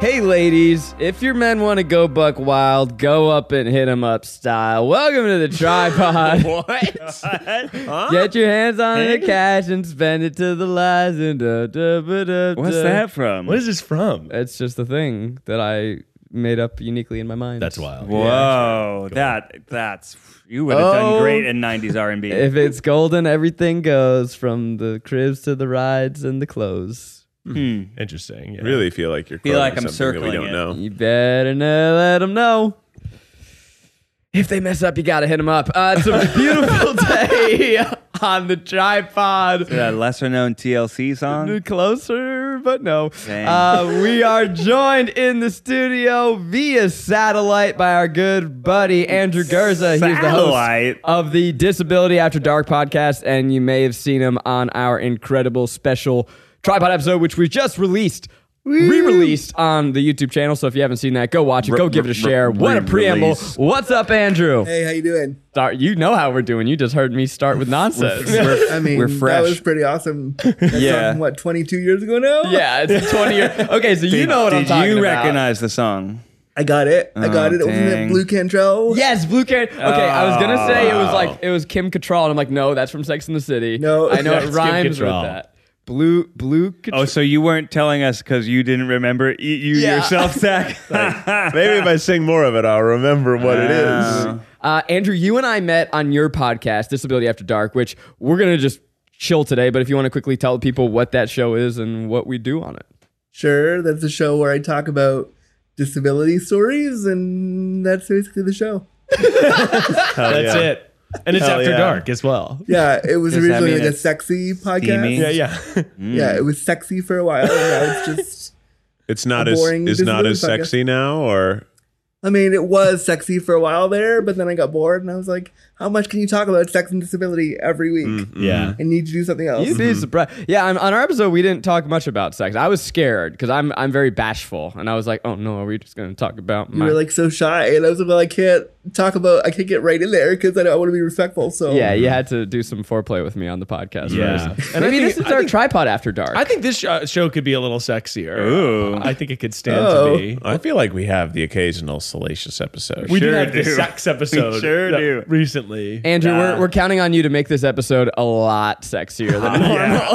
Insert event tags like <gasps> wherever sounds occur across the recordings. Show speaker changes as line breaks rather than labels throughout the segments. Hey, ladies, if your men want to go buck wild, go up and hit 'em up style. Welcome to the
<laughs>
tripod. Get your hands on the cash and spend it to the lies and da da ba da.
What's
da.
that from?
What is this from?
It's just a thing that I made up uniquely in my mind.
That's wild.
Whoa, that that's you would have
Oh.
done great in '90s R&B.
If it's golden, everything goes from the cribs to the rides and the clothes.
Interesting. Yeah.
Really feel like you're
Feel
quoting
like I'm
something that we
circling
don't
it.
know.
You better know, let them know. If they mess up, you gotta hit them up. Uh, it's a beautiful <laughs> day on the tripod.
that lesser-known TLC song.
Closer, but no.
Dang.
Uh, we are joined in the studio via satellite by our good buddy Andrew Gerza. He's the host
Satellite?
of the Disability After Dark podcast, and you may have seen him on our incredible special tripod episode, which we just released. Re-released on the YouTube channel, so if you haven't seen that, go watch it. Go give it a share. What a preamble!
re-release.
What's up, Andrew?
Hey, how you doing?
Start- you know how we're doing. You just heard me start with nonsense.
I mean,
We're
that was
fresh.
pretty
<laughs>
awesome. That's
Yeah.
on, what, 22 years ago now?
<laughs> yeah, it's a twenty year. Okay, so you
Did-
know what I'm
did
talking
you
about.
recognize the song?
I got it. I got
Oh,
it. Wasn't
dang.
it Blue Cantrell?
Yes, Blue Karen. Okay, I was gonna say it
Oh.
was like it was Kim Cattrall, and I'm like, no, that's from Sex in the City.
<laughs>
No.
I know
That's
it
Kim
rhymes with
Cattrall.
that. Blue, blue.
Oh, so you weren't telling us because you didn't remember you, you
Yeah. <laughs>
yourself, Zach? <laughs>
Maybe if I sing more of it, I'll remember what it is.
Uh, Andrew, you and I met on your podcast, Disability After Dark, which we're gonna just chill today. But if you want to quickly tell people what that show is and what we do on it,
Sure. That's a show where I talk about disability stories, and that's basically the show.
Hell
That's
yeah.
it. And it's
Hell
after
yeah.
dark as well.
Yeah, it was
Does that
originally
mean
like a
it's
sexy podcast.
steamy? Mm.
Yeah, yeah.
Yeah, it was sexy for a while. and
<laughs>
now it's just,
It's not
A
as
boring
is not as
disability podcast.
sexy now, or
I mean, it was sexy for a while there, but then I got bored and I was like, how much can you talk about sex and disability every week?
Mm-hmm.
yeah.
I need to do something else.
you'd be surprised. Yeah, on, on our episode, we didn't talk much about sex. I was scared because I'm I'm very bashful, and I was like, oh no, are we just gonna talk about
You
my
were like so shy, and I was like, well, I can't talk about, I can't get right in there because I, don't- I want to be respectful. So <laughs>
yeah, you had to do some foreplay with me on the podcast.
Yeah.
first.
And I
maybe
think-
this is
I
our
think-
tripod after dark.
I think this show, show could be a little sexier.
Ooh.
I think it could stand to
Oh.
be.
I feel like we have the occasional salacious episode.
We
Sure
did have the
do.
sex
<laughs>
episode.
We sure
that-
do.
Recently.
Andrew,
Nah.
we're, we're counting on you to make this episode a lot sexier than <laughs> normal.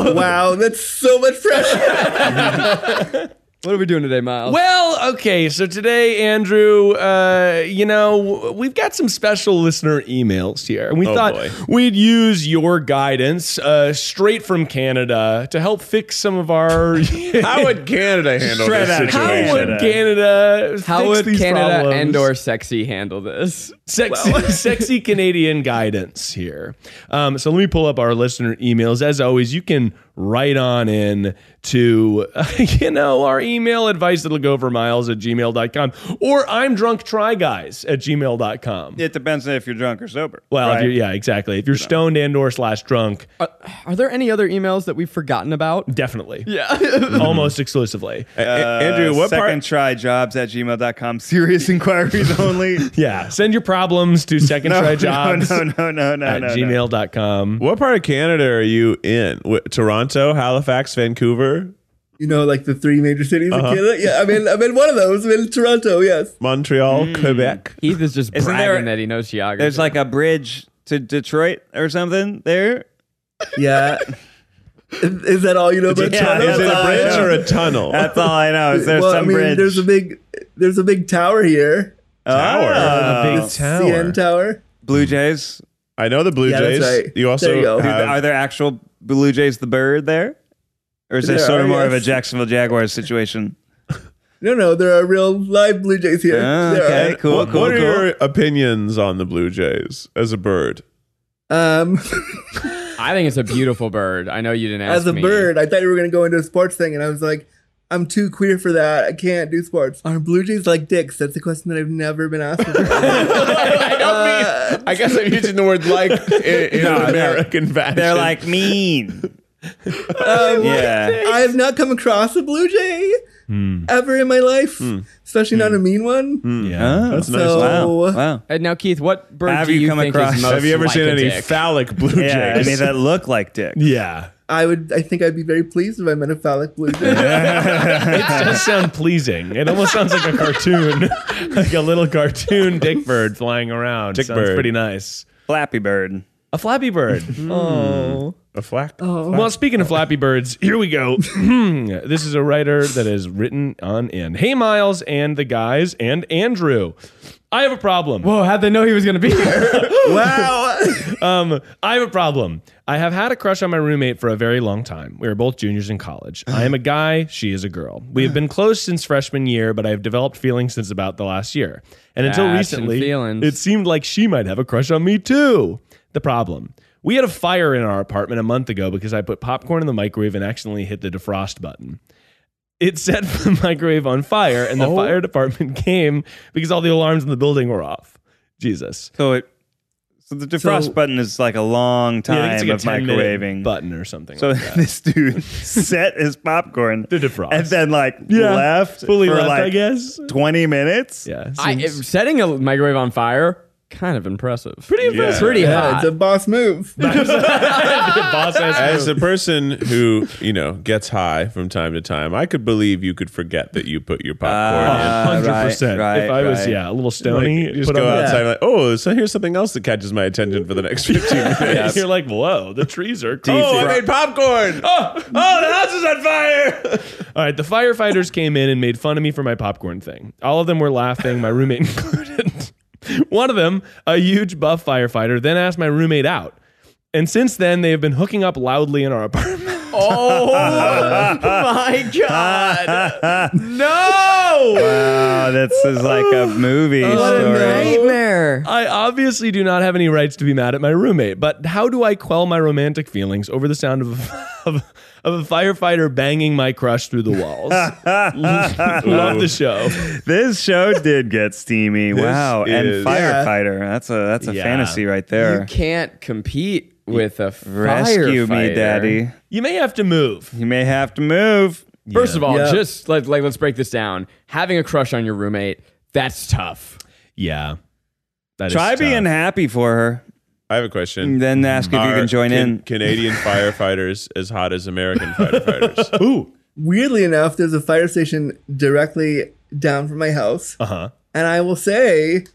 Yeah.
Wow, that's so much pressure. <laughs>
What are we doing today, Miles?
Well, okay. So today, Andrew, uh, you know, w- we've got some special listener emails here. And we
Oh,
thought
boy.
we'd use your guidance uh, straight from Canada to help fix some of our.
<laughs> How
<laughs>
would Canada handle
Straight out of
this
How
situation?
would Canada
How
fix
would
these
Canada
problems?
and or sexy handle this?
sexy, <laughs> sexy Canadian guidance here. Um, so let me pull up our listener emails. As always, you can write on in to, <laughs> you know, our email advice that'll go over miles at gmail.com or I'm drunk try guys at gmail.com.
It depends on if you're drunk or sober.
Well, if
right?
you're, yeah, exactly. If you're stoned and or slash drunk,
Uh,
Are there any other emails that we've forgotten about?
definitely.
Yeah.
<laughs> Almost exclusively.
A- A- Andrew, what
Uh, second
part?
try jobs at gmail.com. Serious inquiries only.
Yeah. Send your problems to second
<laughs>
try
<laughs>
jobs
No, no, no, no,
at
no. no.
gmail.com.
What part of Canada are you in? Wh- Toronto, Halifax, Vancouver,
you know, like the three major cities
Uh-huh.
in Canada. Yeah, I'm in, I'm in one of those. I'm in Toronto, yes.
Hmm.
Montreal, Quebec.
Heath is just
Isn't there-
bragging that he knows geography.
There's like a bridge to Detroit or something there.
Yeah. is, is that all you know about
Yeah,
Toronto?
Is it a
That's
bridge
all I
or a
<laughs>
tunnel?
That's all I know. Is there
well,
some
I mean,
bridge?
there's a big, there's a big tower here.
tower.
Oh.
A big
CN Tower.
Blue Jays.
I know the Blue
Yeah, that's
Jays.
right.
You also
There you go.
Dude,
have-
are there actual Blue Jays the bird there? Or is
There
this sort of
are,
more of a
yes.
Jacksonville Jaguars situation?
No, no, there are real live Blue Jays here.
Ah,
<laughs> There
okay,
are.
cool,
what,
cool,
what are
cool.
your opinions on the Blue Jays as a bird?
Um,
I think it's a beautiful bird. I know you didn't ask
as a
me.
bird, I thought you were gonna go into a sports thing, and I was like, I'm too queer for that. I can't do sports. Are blue jays like dicks? That's a question that I've never been asked. Before.
I,
Uh,
<laughs>
don't mean, I guess I'm using the word like in, in an American fashion.
They're like
<laughs>
mean. Uh, yeah.
I have not come across a blue jay ever in my life, especially not a mean one.
Hmm. Yeah.
that's
nice. So-
Oh, Wow.
And Uh, now, Keith, what bird
Have
do
you
you,
come
think
across-
is most
Have you ever
like
seen
a
any
dick?
phallic blue
Yeah, I
jays?
mean that look like dick.
Yeah.
I would. I think I'd be very pleased if I met a phallic blue jay.
It does sound pleasing. It almost sounds like a cartoon, <laughs> like a little cartoon dick bird flying around.
Dick
sounds
bird. Hmm.
pretty nice.
Flappy bird.
A flappy bird.
a flack.
Well, speaking of Flappy Birds, here we go. <clears throat> this is a writer that is written on in. Hey, Miles and the guys and Andrew. I have a problem.
Whoa, how'd they know he was going to <laughs> be here?
wow.
Um, I have a problem. I have had a crush on my roommate for a very long time. We are both juniors in college. I am a guy, she is a girl. We have been close since freshman year, but I have developed feelings since about the last year. And until
Passion
recently,
feelings.
it seemed like she might have a crush on me too. The problem. We had a fire in our apartment a month ago because I put popcorn in the microwave and accidentally hit the defrost button. It set <laughs> the microwave on fire, and the fire department <laughs> came because all the alarms in the building were off. Jesus.
So it. So the defrost
So-
button is like a long
Yeah, I
time
think
of
it's like a 10 minute
microwaving.
button or something.
so <laughs>
<laughs> like that.
this dude set his popcorn
The defrost.
and then like left
fully
for
left,
like
I guess.
twenty minutes.
Yeah,
I, if setting a microwave on fire, kind of impressive. Pretty
impressive.
Pretty
Yeah,
hot.
it's a boss move.
<laughs>
As
Oh.
a person
<laughs>
who you know gets high from time to time, I could believe you could forget that you put
Ah.
your popcorn
<laughs>
in.
hundred percent.
right,
If I was
right.
yeah a little
Like,
stony,
you just
put
go
on the- <laughs>
outside, and like, oh, so here's something else that catches my attention for the
<laughs>
next 15 minutes.
You're like, whoa, the trees are.
Oh, I
Oh,
made popcorn.
oh, the house is on fire! All right, the firefighters came in and made fun of me for my popcorn thing. All of them were laughing, my roommate <laughs> included. One of them, a huge buff firefighter, then asked my roommate out. And since then, they have been hooking up loudly in our apartment.
<laughs> oh my god! no!
Wow, Ah, this is like a movie
Oh,
story.
Nightmare.
I obviously do not have any rights to be mad at my roommate, but how do I quell my romantic feelings over the sound of of, of a <laughs> firefighter banging my crush through the walls? Love the show.
This
<laughs>
show did get steamy. wow, and
is-
firefighter. That's a that's a
Yeah.
fantasy right
You
there.
can't compete with a
Rescue me,
firefighter.
daddy.
You may have to move.
You may have to move.
First of all,
Yeah.
just like, like let's break this down. Having a crush on your roommate, that's tough.
Yeah. That is
Try being
tough.
happy for her,
I have a question.
and then uh, ask if you
Are
can join
Can-
in.
Canadian
<laughs>
firefighters as hot as American firefighters.
Ooh.
Weirdly enough, there's a fire station directly down from my house,
Uh-huh.
and I will say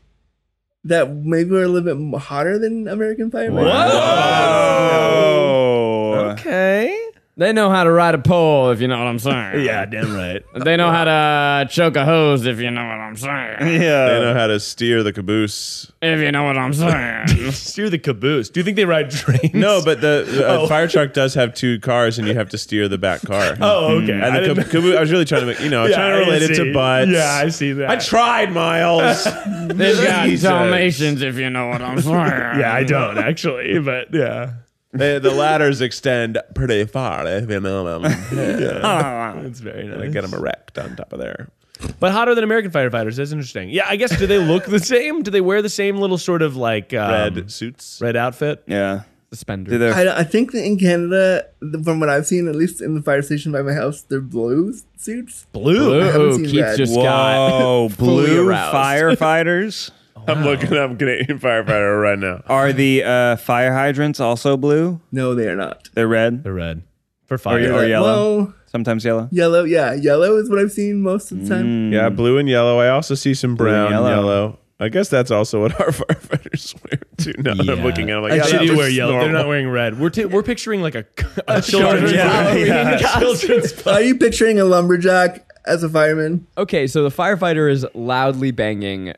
that maybe we're a little bit hotter than American firefighters.
Oh,
Okay.
They know how to ride a pole, if you know what I'm
<laughs>
saying.
Yeah, damn right.
They know how to choke a hose, if you know what I'm saying.
They
yeah.
know how to steer the caboose.
If you know what I'm saying.
Steer the caboose. Do you think they ride trains?
No, but the, the uh, fire truck does have two cars, and you have to steer the back car.
Oh, okay.
And the
didn't-
cab- caboose, I was really trying to make, you
<laughs>
know,
Yeah,
trying to
I
relate it
see.
to butts.
Yeah, I see that.
I tried, Miles.
They've got
Jesus.
Dalmatians, if you know what
<laughs>
I'm saying.
yeah, I <laughs> don't actually, but yeah.
They- the ladders extend pretty far. If you know them. Yeah.
<laughs>
It's very nice.
I get them erect on top of there.
But hotter than American firefighters. That's interesting. Yeah, I guess. Do they look the same? Do they wear the same little sort of like um,
Red suits.
red outfit?
Yeah.
Suspenders.
Do their
I, I think that in Canada, the- from what I've seen, at least in the fire station by my house, they're blue suits.
Blue.
haven't
Ooh,
seen
Keith
red.
just got. <laughs>
Whoa,
fully
blue
aroused. <laughs>
firefighters.
I'm looking up Canadian firefighter right now.
Are the uh, fire hydrants also blue?
No, they are not.
They're red
The red for fire.
or yellow?
Well,
Sometimes yellow.
yellow, yeah, yellow is what I've seen most of the time.
<laughs> Yeah, blue and yellow. I also see some
and
brown,
yellow.
yellow. I guess that's also what our <laughs> firefighters wear too. Now that
Yeah.
I'm looking at, them, like,
I
yeah,
They
should
that
do
was
wear
looks
yellow. They're
normal.
not wearing red. We're t- we're picturing like a, a <laughs> children's
yeah,
Halloween
yeah.
children's
Are you picturing a lumberjack as a fireman?
Okay, so the firefighter is loudly banging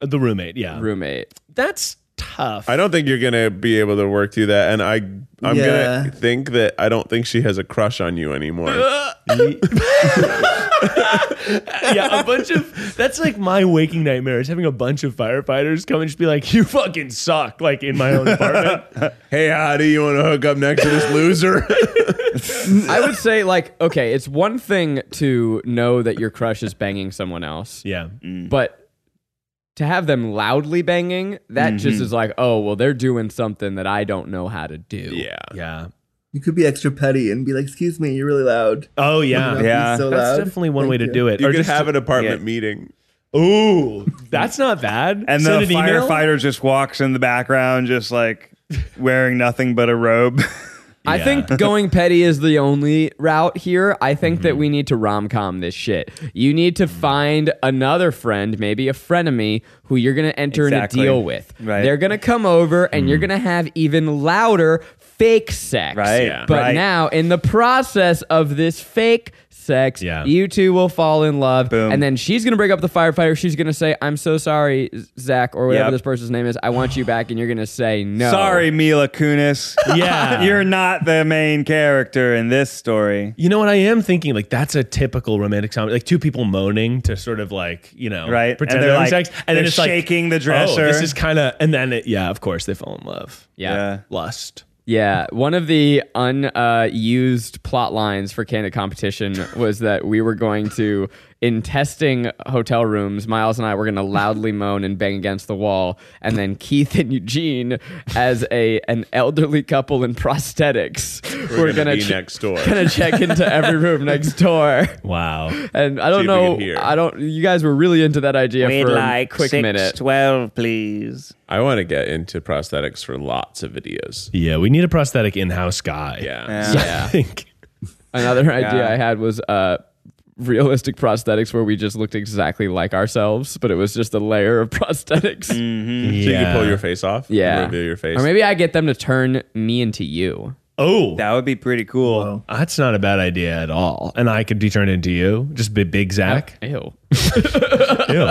the roommate. Yeah,
roommate.
that's tough.
I don't think you're gonna be able to work through that, and I, I'm
Yeah.
gonna think that I don't think she has a crush on you anymore.
yeah, a
<laughs>
bunch of that's like my waking nightmare is having a bunch of firefighters come and just be like, "You fucking suck!" Like in my
<laughs>
own apartment.
<laughs> Hey, Hottie, you want to hook up next to this loser? <laughs>
I would say like okay, it's one thing to know that your crush is banging someone else,
yeah,
but to have them loudly banging, that just is like, oh well, they're doing something that I don't know how to do.
yeah.
yeah.
You could be extra petty and be like, "Excuse me, you're really loud."
Oh yeah,
Don't be
Yeah.
so
That's
loud.
definitely one
Thank
way to
you.
do it.
You
Or
could
just-
have an apartment meeting.
Ooh, that's not bad.
And
Send
the
an email?
firefighter just walks in the background, just like wearing nothing but a
<laughs>
robe.
I
<laughs>
Yeah.
think going petty is the only route here. I think
Mm-hmm.
that we need to rom com this shit. You need to find another friend, maybe a frenemy, who you're going to enter
Exactly.
in a deal with.
Right. Mm-hmm.
They're going to come over and you're going to have even louder fake sex.
Right, Yeah.
But
right.
now, in the process of this fake sex,
Yeah.
you two will fall in love.
Boom.
And then she's going to break up the firefighter. She's going to say, I'm so sorry, Zach, or whatever
Yep.
this person's name is. I want you back. And you're going to say, no.
Sorry,
<laughs>
Mila Kunis.
Yeah.
You're not the main character in this story.
You know what I am thinking? Like that's a typical romantic comedy, like two people moaning to sort of like you know
Right. And
pretend
they're
they're, having
like-
sex, and then
they're
it's like,
shaking the
"Oh,
dresser."
this is kind of, and then it, yeah, of course they fall in love.
yeah.
Yeah.
Lust.
Yeah, one of the unused uh, used plot lines for Candid Competition was that we were going to, in testing hotel rooms, Miles and I were going to loudly moan and bang against the wall, and then Keith and Eugene, as a an elderly couple in prosthetics, we're,
gonna
going
be
to
next door.
<laughs> Gonna check into every
<laughs>
room next door.
Wow.
And I don't
if we
know.
can hear.
I don't. You guys were really into that idea for a quick minute.
twelve, please.
I want to get into prosthetics for lots of videos.
Yeah, we need a prosthetic in-house guy. <laughs>
Yeah.
I think.
<laughs>
Another idea
Yeah.
I had was uh, realistic prosthetics where we just looked exactly like ourselves, but it was just a layer of <laughs> prosthetics.
Mm, Mm-hmm. So you can pull your face off. and
Yeah.
Reveal your face.
Or maybe I get them to turn me into you.
Oh,
That would be pretty cool.
that's not a bad idea at all. And I could be turned into you, just be big
<laughs>
Zach.
Ew.
Ew,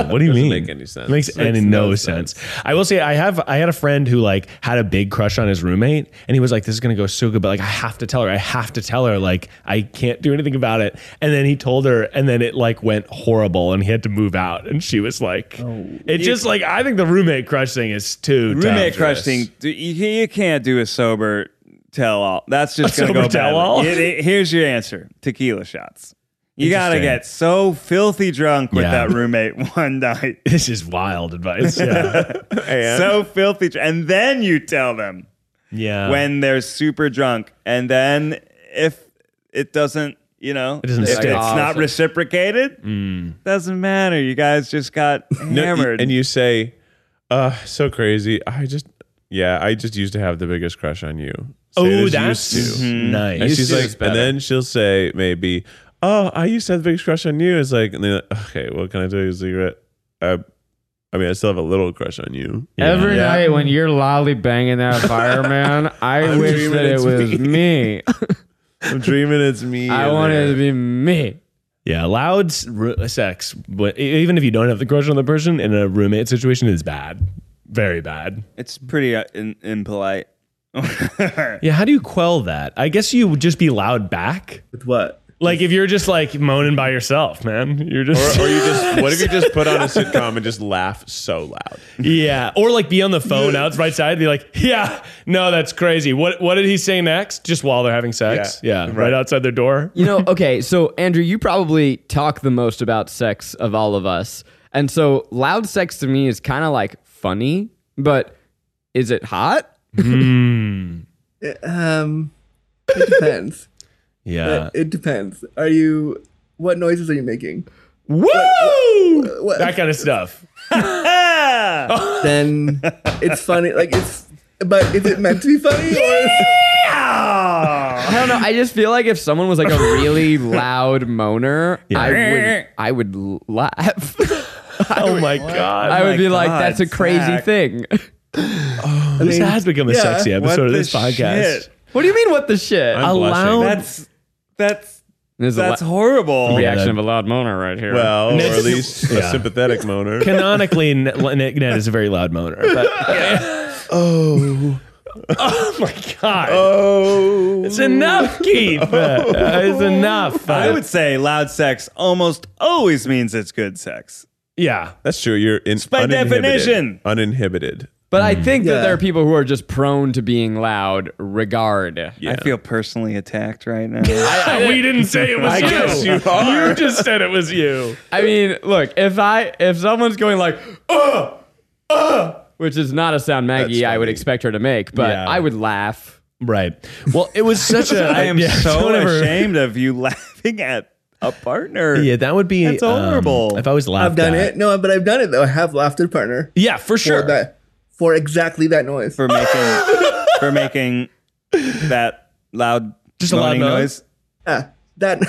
what do you mean?
make any sense.
Makes any no, sense. I will say I have I had a friend who like had a big crush on his roommate, and he was like, "This is gonna go so good," but like I have to tell her. I have to tell her. Like I can't do anything about it. And then he told her, and then it like went horrible, and he had to move out. And she was like, "It just like I think the roommate crush thing is too
Roommate
dangerous.
crush thing. d- You, you can't do a sober tell all. That's just
A
going to
sober
go badly.
tell-all?
It- it- here's your answer: tequila shots. You got to
Interesting.
get so filthy drunk with
Yeah. <laughs>
that roommate one night.
This is wild advice. Yeah,
So filthy, dr- and then you tell them
<laughs> yeah.
when they're super drunk, and then if it doesn't, you know, it
doesn't
if
stick. Mm.
It's not
Awesome.
reciprocated. Doesn't matter. You guys just got
No, you-
hammered. <laughs>
and you say, uh, so crazy. I just, yeah, I just used to have the biggest crush on you. Say it
oh,
as
that's Mm-hmm.
used to.
nice.
And she's
to
like,
is better.
and then she'll say maybe, oh, I used to have the biggest crush on you. It's like, and then okay, what can I tell you a secret? I, I mean, I still have a little crush on you.
Every
Yeah.
night when you're loudly banging <laughs> that fireman, I
I'm
wish
dreaming
that it
it's
was
<laughs>
me.
I'm dreaming it's me.
I
in
wanted it
there.
to be me.
Yeah, loud s- ru- sex, but e- even if you don't have the crush on the person in a roommate situation, is bad, very bad.
it's pretty uh, in,
<laughs>
impolite.
Yeah, how do you quell that? I guess you would just be loud back.
With what?
Like if you're just like moaning by yourself, man, you're just
Or, or you <laughs> just, what if you just put on a sitcom and just laugh so loud?
<laughs> yeah, or like be on the phone out right side, be like, yeah, no, that's crazy. What what did he say next? Just while they're having sex, yeah, right. outside their door.
You know, okay, so Andrew, you probably talk the most about sex of all of us. And so loud sex to me is kind of like funny, but is it hot?
Um, it depends.
Yeah,
it depends. Are you? What noises are you making?
woo,
what-
that kind of stuff.
Then it's funny. Like it's. But is it meant to be funny?
<laughs>
Or
I don't know. I just feel like if someone was like a really loud moaner, I would I would l- laugh. <laughs>
Oh my god,
I would be like,
God,
"That's a crazy
Zach.
thing." <laughs>
I
this
mean,
has become a
yeah,
sexy episode of
the
this podcast.
shit?
what do you mean? What the shit?
Uh,
I'm
Allow-
blushing.
That's that's
There's
that's
a
horrible.
la-
Yeah.
reaction of a loud moaner right here.
Well, or
Next-
at least
Yeah.
a sympathetic moaner.
canonically, N- N- Ned is a very loud moaner. But, Oh my god.
Oh.
It's enough, Keith. Uh, it's enough. Uh,
I would say loud sex almost always means it's good sex.
yeah.
That's true. You're in
By
uninhibited.
definition.
uninhibited.
But I think that
Yeah.
there are people who are just prone to being loud. Regard.
Yeah.
I feel personally attacked right
<laughs>
now.
we didn't say it was
I
you.
guess you are.
You just said it was you.
I mean, look, if I if someone's going like, uh, uh, which is not a sound Maggie I would expect her to make, but
Yeah.
I would laugh.
Right. Well, it was such a.
I am
yeah,
so
don't ever-
ashamed of you laughing at a partner.
Yeah, that would be.
That's
um,
horrible.
if I was laughed
I've done
at.
it. No, but I've done it though. I have laughed at a partner
Yeah, for
for
sure.
that for exactly that noise.
for making for making that loud
Just a loud
moaning
noise?
noise.
Yeah,
<laughs>
that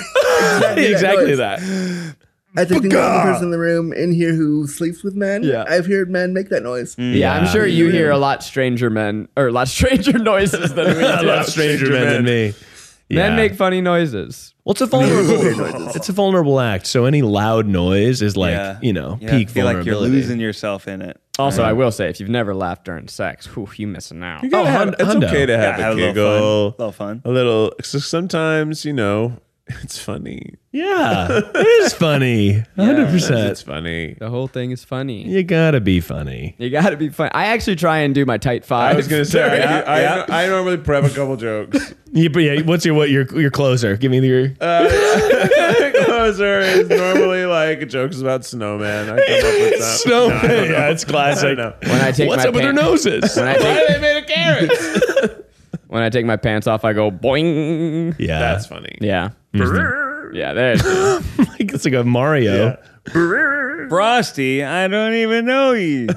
<laughs> exactly,
<laughs> exactly
noise.
that.
I think the only person in the room in here who sleeps with men.
Yeah.
I've heard men make that noise.
Mm.
Yeah, I'm sure you hear a lot stranger men or a lot <laughs> stranger noises than we do.
A lot stranger men than me.
Men
Yeah.
make funny noises.
Well, it's
<laughs>
a vulnerable. it's a vulnerable act. So any loud noise is like
Yeah.
you know
Yeah,
peak
I feel like
vulnerability.
you're losing yourself in it.
Also, I will say, if you've never laughed during sex, whew, you missing out.
You gotta
Oh,
have,
hun-
it's
hundo.
okay to have
Yeah,
a
have a little
giggle,
fun. Little fun.
<laughs> a little. 'cause sometimes you know <laughs> it's funny.
Yeah, it is funny. Hundred
It's
percent.
funny.
The whole thing is funny.
You gotta be funny.
You gotta be funny. I actually try and do my tight five.
I was gonna say I,
Yeah,
<laughs> I,
yeah.
I normally prep a couple jokes.
You, but yeah, what's your what your your closer? Give me your.
Closer is normally like jokes about snowmen. I come up
<laughs>
with some.
snowman. yeah, it's classic.
when I take
What's
my
up with their
pant-
noses?
When I take, they made <laughs> when I take my pants off, I go boing.
yeah,
That's funny.
Yeah. yeah, there's
<laughs> like it's like a Mario.
Frosty, I don't even know you.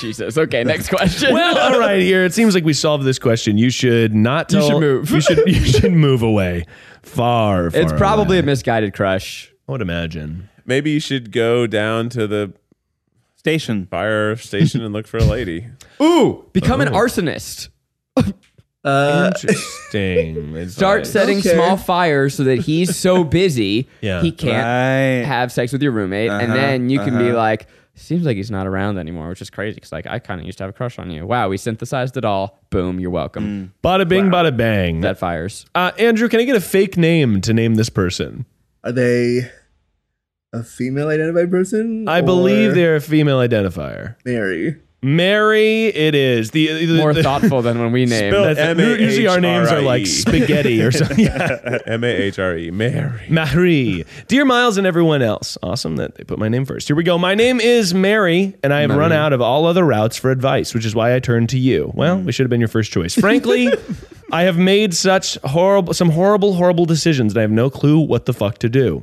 Jesus. Okay, next question.
Well, all right, here it seems like we solved this question. You should not.
You
Tell,
should move.
You should. You should move away. Far. far
it's probably a
away.
misguided crush.
I would imagine.
Maybe you should go down to the
<laughs> Station.
fire station and look for a lady.
Ooh, become an arsonist.
Uh, Interesting. It's
Uh, Start
like-
setting
Okay.
small fires so that he's so busy
Yeah.
he can't
Right.
<laughs> have sex with your roommate, and then you can be like, seems like he's not around anymore, which is crazy because like I kind of used to have a crush on you. Wow, we synthesized it all. Boom, you're welcome.
Bada bing, bada bang.
That fires.
uh, Andrew, can I get a fake name to name this person?
Are they a female identified person?
I
or
believe they're a female identifier.
Mary.
Mary, it is the, the- the- <laughs>
More thoughtful than when we named.
Spell-
That's it.
E.
Usually our names are like
M-A-H-R-I-E.
spaghetti or something.
<laughs>
Yeah.
M A H R E. Mary.
Marie. Dear Miles and everyone else. Awesome that they put my name first. Here we go. My name is Mary, and I have run out of all other routes for advice, which is why I turned to you. Well, we should have been your first choice. Frankly, I have made such horrible some horrible, horrible decisions, and I have no clue what the fuck to do.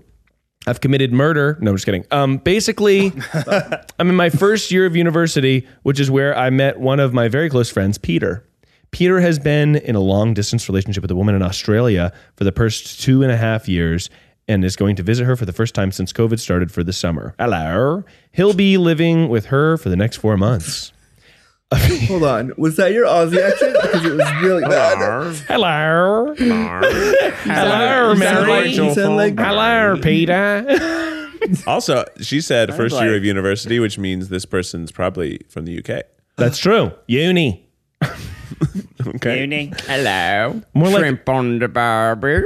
I've committed murder. No, I'm just kidding. Um, basically, I'm in my first year of university, which is where I met one of my very close friends, Peter. Peter has been in a long distance relationship with a woman in Australia for the first two and a half years and is going to visit her for the first time since COVID started for the summer. Hello. He'll be living with her for the next four months.
Hold on. Was that your Aussie accent? Because it was
<laughs>
really bad.
Hello. Hello,
you sound
Mary.
You sound like
Hello, Peter.
Also, she said first
like-
year of university, which means this person's probably from the UK.
That's true. Uni.
Okay.
Hello.
More like-
Shrimp on the barbie.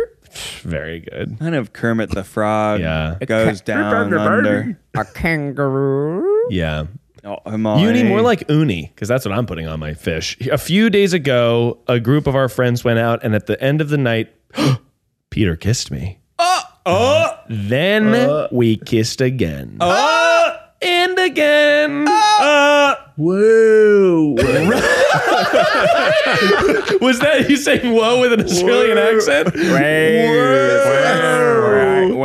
Very good.
Kind of Kermit the Frog.
Yeah.
Goes down under.
A kangaroo.
Yeah.
Oh, Amari.
Uni, more like uni, because that's what I'm putting on my fish. A few days ago, a group of our friends went out, and at the end of the night, <gasps> Peter kissed me. Oh, oh. Then we kissed again. Oh, and again.
whoa.
<laughs> Was that you saying "whoa" with an Australian accent?
Wow. Wow.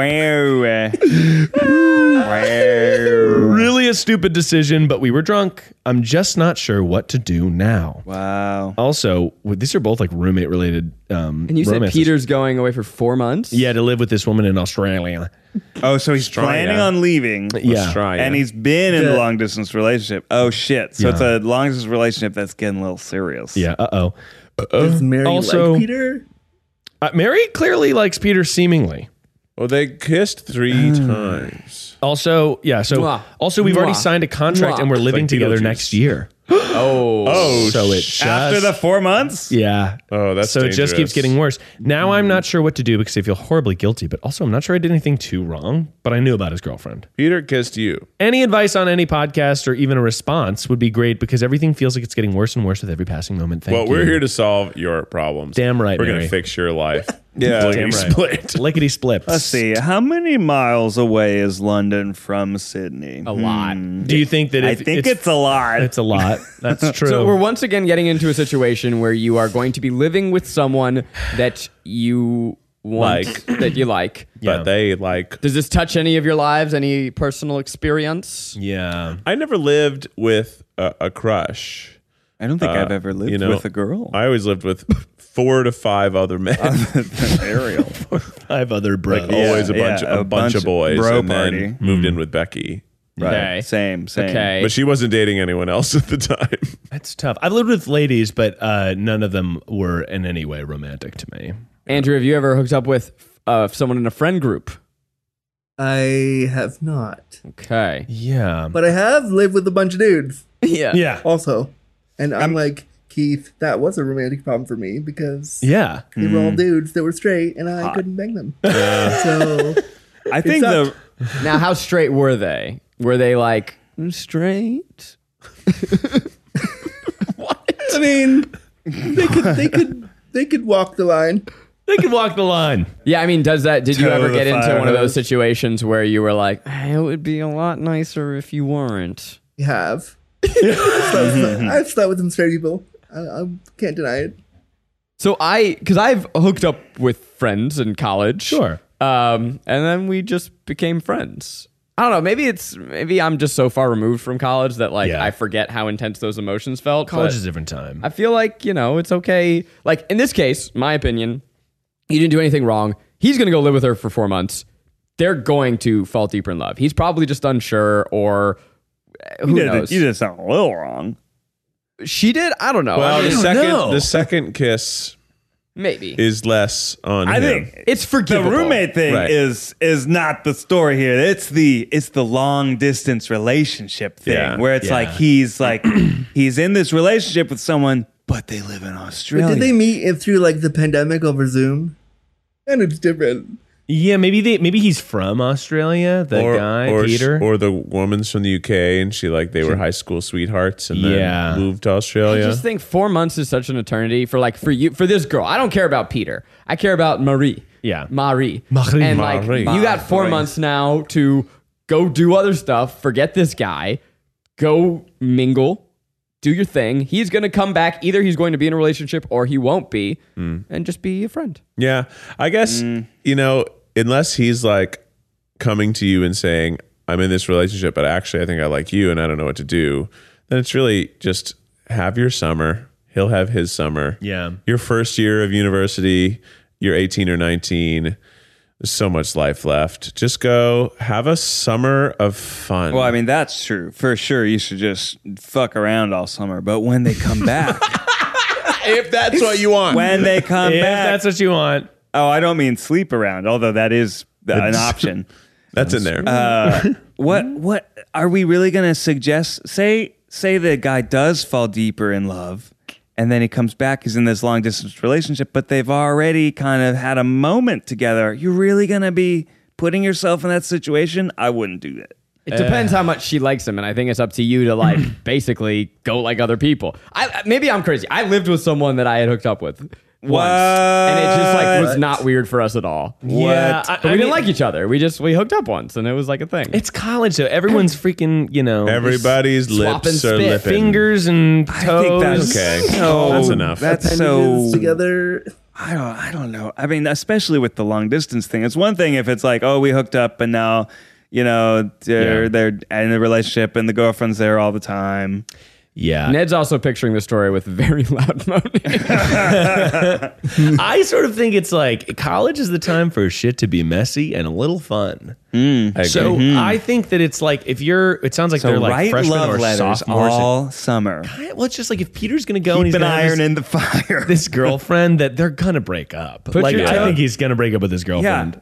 Wow. Wow.
Really a stupid decision, but we were drunk. I'm just not sure what to do now.
Wow.
Also, these are both like roommate related. Um,
And you said
romances.
Peter's going away for four months?
Yeah, to live with this woman in Australia.
Oh, so he's planning
yeah.
on leaving.
Yeah.
Australia.
And he's been in a long distance relationship. Oh shit! So it's a long distance relationship that's getting a little serious.
Yeah. Uh oh.
Does Mary
Also-
like Peter?
Uh, Mary clearly likes Peter, seemingly.
Well, they kissed three
Hmm.
times.
Also, yeah. So,
Mwah.
also, we've already
Mwah.
signed a contract
Mwah.
and we're living
like
together
<gasps>
Beetlejuice.
next year. Oh, so it just,
After the four months?
yeah.
Oh, that's
so it just keeps
dangerous.
getting worse. Now
Hmm.
I'm not sure what to do because I feel horribly guilty, but also I'm not sure I did anything too wrong. But I knew about his girlfriend.
Peter kissed you.
Any advice on any podcast or even a response would be great because everything feels like it's getting worse and worse with every passing moment. Thank
well,
you.
we're here to solve your problems.
Damn right,
We're going
Mary.
to fix your
<laughs>
life.
Yeah.
Like
Damn
you
right.
split.
lickety splits.
Let's see. How many miles away is London from Sydney? Hmm.
A lot.
Do you think that
I
if
think it's, a lot.
it's a lot? That's
<laughs>
true.
So we're once again getting into a situation where you are going to be living with someone that you want,
Like.
that you like.
Yeah.
But they like
Does this touch any of your lives? Any personal experience?
yeah.
I never lived with a, a crush.
I don't think I've ever lived
you know,
with a girl.
I always lived with four to five other
<laughs>
men. <laughs>
Ariel.
I have other bros.
always a bunch,
yeah,
a,
a
bunch,
bunch
of boys,
bro
and then
party.
moved in with Becky.
Right.
Okay.
Same, same.
Okay.
But she wasn't dating anyone else <laughs> at the time.
That's tough. I've lived with ladies, but uh, none of them were in any way romantic to me.
Andrew, have you ever hooked up with uh, someone in a friend group?
I have not,
Okay.
Yeah.
but I have lived with a bunch of dudes
Yeah.
uh,
yeah.
oh.
also, and I'm like Keith. That was a romantic problem for me because
Yeah.
they were all dudes that were straight, and I couldn't bang them. <laughs> so
I think the
sucked.
Now, how straight were they? Were they like "Mm, straight? <laughs>
I mean, they could they could they could walk the line.
They could walk the line.
Yeah, I mean, does that? Did you
Toe
ever
the
get into
fire
one of those
hose.
situations where you were like, "It would be a lot nicer if you weren't"?
You have. <laughs> I've, slept with, I've slept with some straight people. I, I can't deny it.
So I, because I've hooked up with friends in college,
Sure.
um, and then we just became friends. I don't know. Maybe it's maybe I'm just so far removed from college that like
Yeah.
I forget how intense those emotions felt.
College
but-
is a different time.
I feel like, you know, it's okay. Like, in this case, my opinion, you didn't do anything wrong. He's going to go live with her for four months. They're going to fall deeper in love. He's probably just unsure or uh, who
you
knows.
did, you did something a little wrong.
She did? I don't know.
Well,
Oh, I <laughs>
the
mean,
second
know.
the second kiss
maybe.
is less on
I
him.
think
it's
the
forgivable.
roommate thing
Right.
is is not the story here. It's the it's the long distance relationship thing
Yeah,
where it's
yeah.
like he's like he's in this relationship with someone, but they live in Australia.
But did they meet in- through like the pandemic over Zoom? And it's different.
yeah, maybe they maybe he's from Australia, the guy,
or,
Peter.
or the woman's from the UK, and she like they were high school sweethearts, and then
Yeah.
moved to
I
Australia.
just think four months is such an eternity for like for you for this girl. I don't care about Peter. I care about Marie.
Yeah.
Marie.
Marie.
And like
Marie.
you got four months now to go do other stuff. Forget this guy. Go mingle. Do your thing. He's gonna come back. Either he's going to be in a relationship or he won't be, and just be a friend.
Yeah. I guess, you know, unless he's like coming to you and saying, I'm in this relationship, but actually I think I like you and I don't know what to do, then it's really just have your summer. He'll have his summer.
Yeah.
Your first year of university, you're 18 or 19. There's so much life left. Just go have a summer of fun.
well, I mean that's true for sure. You should just fuck around all summer, but when they
<laughs>
come back,
if that's what you want.
when they come
if
back,
that's what you want.
oh, I don't mean sleep around, although that is an
<laughs>
option.
that's in there.
What
Hmm?
what are we really gonna suggest? Say say the guy does fall deeper in love, and then he comes back. He's in this long distance relationship, but they've already kind of had a moment together. You're really gonna be putting yourself in that situation? I wouldn't do that.
It depends how much she likes him, and I think it's up to you to <clears throat> like basically go like other people. I maybe I'm crazy. I lived with someone that I had hooked up with once, and it just like was
What?
not weird for us at all.
Yeah, I-
but we
I
didn't
mean-
like each other. We just we hooked up once, and it was like a thing.
It's college, so everyone's freaking, you know,
Everybody's
Swap
lips
and
are
spit.
lipping.
fingers and toes.
I think that's
Okay.
<laughs> so-
That's enough.
That's
So
so
together.
I don't I don't know. I mean, especially with the long distance thing. It's one thing if it's like, oh, we hooked up and now, you know, they're
Yeah.
they're in a relationship and the girlfriend's there all the time.
Yeah.
Ned's also picturing the story with very <laughs> loud moaning.
I sort of think it's like college is the time for shit to be messy and a little fun. So I think that it's like if you're, it sounds like
Hmm. So
they're like
write
freshmen
love
or
letters
sophomores.
all summer.
I- well, it's just like if Peter's gonna go and he's
Keep an
gonna have
iron
this,
in the fire.
this girlfriend that they're gonna break up. like
your
I
toe-
think he's gonna break up with
<laughs>
his
yeah,
girlfriend.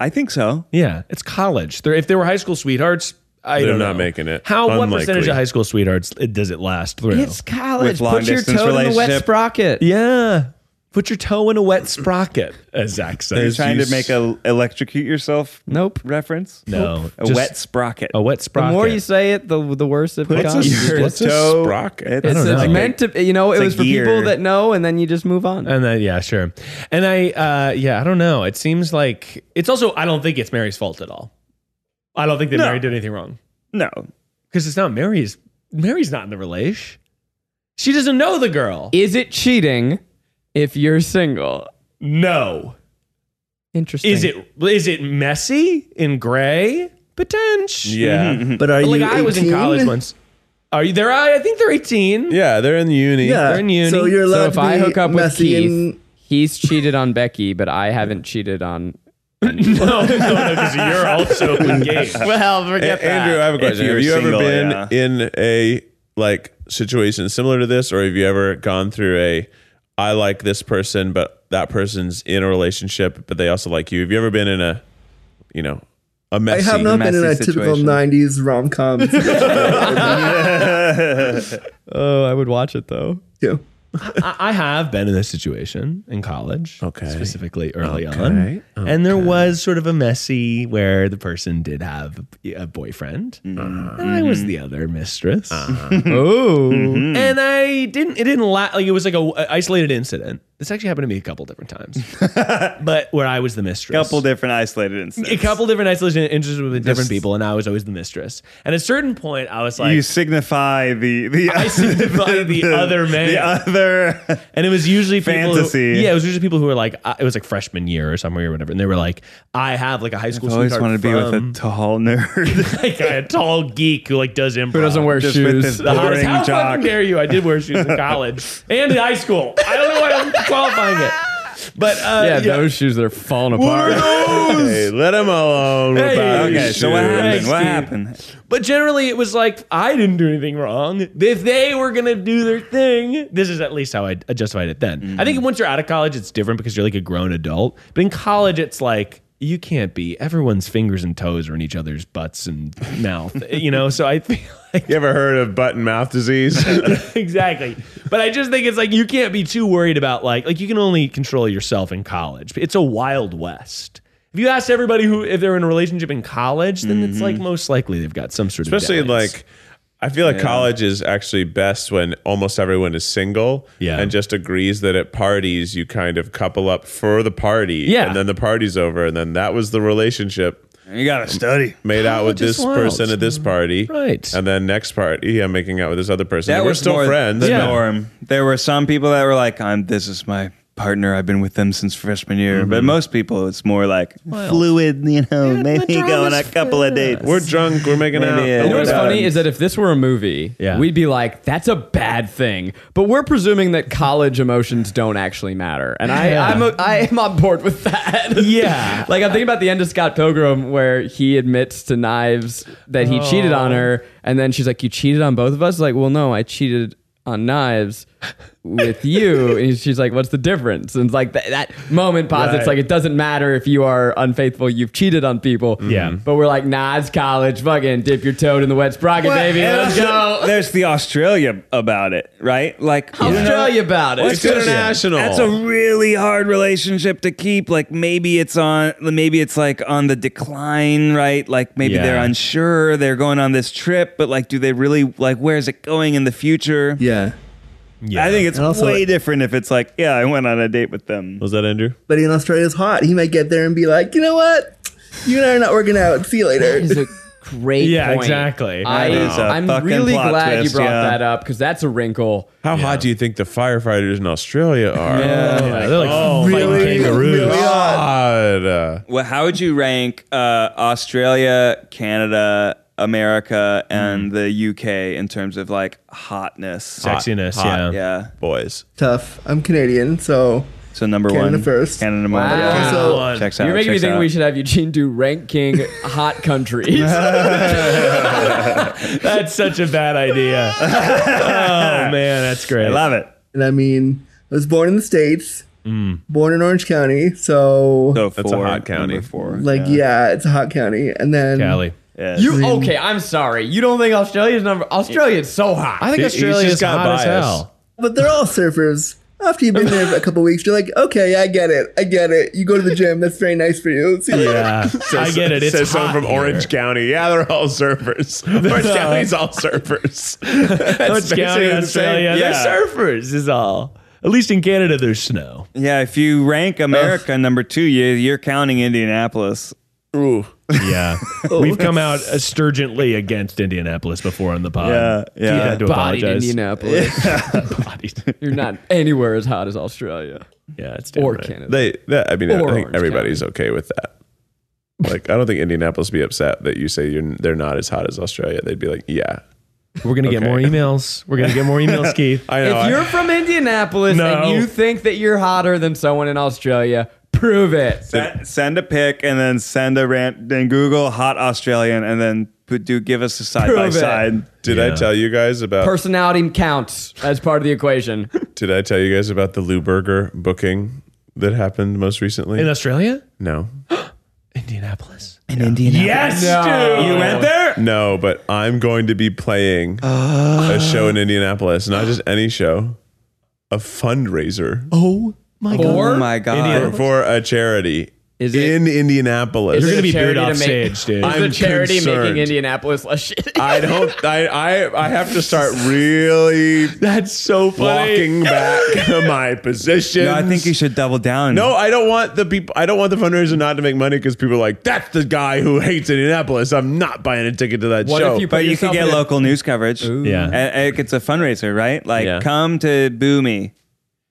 I think so.
Yeah, it's college. They're, if they were high school sweethearts, I
They're
don't
not
know.
making it.
How? What
Unlikely.
percentage of high school sweethearts it, does it last through?
It's college.
With long
Put your
distance
toe in the wet
relationship.
sprocket.
yeah, put your toe in a wet sprocket, as Zach
You're
says.
trying
you
to make a electrocute yourself
Nope.
reference?
No,
A
just
wet sprocket.
a wet
The
sprocket.
more you say it, the the worse it
What's
becomes.
a s-
It's,
What's a
toe-
sprocket?
Oh, It's-
it's
know.
meant to. You know, it
It's a
was for
gear.
people that know, and then you just move on.
And then yeah, sure. And I uh yeah, I don't know. It seems like it's also I don't think it's Mary's fault at all. I don't think that
No.
Mary did anything wrong.
no.
Because it's not Mary's Mary's not in the relation. She doesn't know the girl.
Is it cheating if you're single?
no.
Interesting.
Is it is it messy and gray? Potential.
yeah.
But are
Like
you?
I was in
18?
college once. Are you there? I, I think they're <laughs> 18.
Yeah, they're in uni.
Yeah.
They're in uni.
So you're
So
allowed
if
to be
I hook up with
messy
Keith,
and
he's cheated on Becky, but I haven't cheated on.
No, no, no, because you're <laughs> also engaged.
Well, forget
A- Andrew, I have a question.
you
Have
were
you
single,
ever been
yeah.
in a like situation similar to this, or have you ever gone through a I like this person, but that person's in a relationship, but they also like you? Have you ever been in a you know a
I
messy?
have not been in a
messy
typical
situation.
'90s rom com.
Oh, I would watch it though.
I, I have been in this situation in college,
Okay.
specifically early on, and there was sort of a messy where the person did have a boyfriend,
Mm-hmm.
and I was the other mistress,
Uh-huh.
<laughs>
Oh,
Mm-hmm.
and I didn't. It didn't la- like it was like a, a isolated incident. This actually happened to me a couple different times,
<laughs>
but where I was the mistress,
couple different isolated incidents.
a couple different isolated instances with different
Just-
people, and I was always the mistress. And at a certain point, I was
you <laughs>
like.
signify the the <laughs>
I signify the other man.
The <laughs> other
And it was usually people who-
Fantasy.
yeah, it was usually people who were like, uh, it was like freshman year or somewhere or whatever, and they were like, I have like a high school.
I always
want
want to be with a tall nerd.
<laughs> like a tall geek who like does improv.
who doesn't wear
Just with
shoes?
his
The hottest-
boring
<laughs> How
jock.
fucking dare you? I did wear shoes in
<laughs>
college and in high school. I don't know why I'm qualifying it, but uh,
yeah,
yeah,
those shoes are falling apart.
Hey, let him alone.
<laughs> Hey.
about
Okay,
his
so what
shoes.
happened? What
Steve.
happened?
But generally, it was like I didn't do anything wrong. If they were gonna do their thing, this is at least how I justified it then. I
Mm.
think once you're out of college, it's different because you're like a grown adult. But in college, it's like you can't be. Everyone's fingers and toes are in each other's butts and <laughs> mouth. you know, so I feel <laughs> like
You ever heard of button mouth disease?
exactly. But I just think it's like you can't be too worried about like like you can only control yourself in college. It's a wild west. If you ask everybody who if they're in a relationship in college, then it's like most likely they've got some sort of
Mm-hmm. Especially
dalliance.
like. I feel like college is actually best when almost everyone is single
Yeah.
and just agrees that at parties you kind of couple up for the party.
Yeah.
And then the party's over. And then that was the relationship.
You gotta study.
made out with
College is
this
wild.
person at this party,
Right.
And then next party, I'm making out with this other person. And we're
was
still
more
friends.
The
Yeah.
norm. There were some people that were like, "I'm this is my partner. I've been with them since freshman year." But most people, it's more like fluid. You know, maybe
drama's
go on a couple of dates.
We're drunk. We're making out.
Maybe, uh,
Oh,
You
You know
we're
what's
done.
funny is that if this were a movie,
Yeah.
we'd be like, "That's a bad thing," but we're presuming that college emotions don't actually matter, and I,
Yeah.
I'm a, I am on board with that. <laughs>
Yeah.
like I'm thinking about the end of Scott Pilgrim where he admits to Knives that he cheated on
Oh.
her, and then she's like, "You cheated on both of us?" Like, well, no, I cheated on Knives with you, and she's like, "What's the difference?" And it's like that, that moment posits
Right.
like it doesn't matter if you are unfaithful, you've cheated on people.
Yeah.
but we're like, nah, it's college. Fucking dip your toad in the wet sprocket, baby.
And
Let's
also,
go.
There's the Australia about it, right? Like you know-
Australia about it.
It's international.
That's a really hard relationship to keep. Like maybe it's on, maybe it's like on the decline, right? Like maybe
Yeah.
they're unsure. They're going on this trip, but like, do they really like? Where is it going in the future?
yeah.
Yeah.
I think it's
And also-
way different if it's like, yeah, I went on a date with them.
was that Andrew?
But in Australia's hot. He might get there and be like, you know what? You and I are not working out. See you later.
That is a great
Yeah,
point.
exactly.
I,
That is a
I'm
fucking
really
plot
glad
twist,
you brought
yeah.
that up because that's a wrinkle. Oh,
How hot do you think the firefighters
<laughs>
in Australia are?
Yeah, they're like
Oh
fighting
really?
kangaroos.
<laughs> Really?
God. Uh,
Well, how would you rank uh, Australia, Canada, America, and the UK in terms of like hotness?
Sexiness, yeah.
Yeah.
boys.
Tough. I'm Canadian, so
So number
Canada
one,
first.
Canada number
Wow.
one.
Yeah.
So-
One.
Checks out.
You're making me
checks
think
out.
we should have Eugene do ranking hot countries.
That's such a bad idea. oh man, that's great.
I love it.
and I mean, I was born in the states,
Mm.
born in Orange County, so
So
a
four,
hot county.
number Four.
like yeah. it's a hot county. And then
Cali.
Yeah.
<laughs>
<laughs>
You okay? I'm sorry. You don't think Australia's number? Australia's so hot.
I think
He- he's
Australia's
just got
hot as
bias.
hell.
But they're all surfers. After you've been there for a couple weeks, you're like, okay, I get it. I get it. You go to the gym. That's very nice for you. See you later.
Yeah, <laughs> I get it. It's
says someone
hot
from
here. <laughs>
Orange County. Yeah, they're all <laughs> surfers. Orange County's all
<laughs>
surfers. That's
Orange County,
basically the same.
Australia.
Yeah.
They're surfers, is all. At least in Canada, there's snow.
Yeah, if you rank America number two, you, you're counting Indianapolis.
Ooh.
Yeah, <laughs> we've come out sturgeonly against Indianapolis before on the pod.
Yeah, yeah.
You had to
Bodied
apologize.
Indianapolis.
<laughs> Bodied.
You're not anywhere as hot as Australia
Yeah, it's damn
or
right.
Canada.
They, that, I mean,
Or
I
Orange
think everybody's okay with that. Like, I don't think Indianapolis would be upset that you say you're, they're not as hot as Australia. They'd be like, yeah.
We're gonna get
Okay.
more emails. We're gonna get <laughs> more emails, Keith.
I know.
If
I-
you're from Indianapolis
No.
and you think that you're hotter than someone in Australia, prove it.
Send, send a pic and then send a rant. Then Google hot Australian and then put, do give us a side by
it.
side.
did I
Yeah.
tell you guys about?
Personality counts as part of the equation.
did I tell you guys about the Lou Burger booking that happened most recently?
in Australia,
no,
Indianapolis.
In Indianapolis,
Yes,
No.
dude.
you went there.
no. But I'm going to be playing
Uh.
a show in Indianapolis, not just any show, a fundraiser
Oh my god.
Oh my god!
for, for a charity
Is it-
in Indianapolis.
You're gonna be booed
Charity to
off
make-
stage, dude.
Is the
I'm
charity
concerned.
making Indianapolis less shitty?
I don't. I, I I have to start really
That's so
walking back my position.
no, I think you should double down.
No, I don't want the people. I don't want the fundraiser not to make money because people are like, "That's the guy who hates Indianapolis." I'm not buying a ticket to that
What
show.
if you put
but you could
yourself
get
in a-
local news coverage.
Yeah.
and, and it's a fundraiser, right? Like,
Yeah.
come to boo me.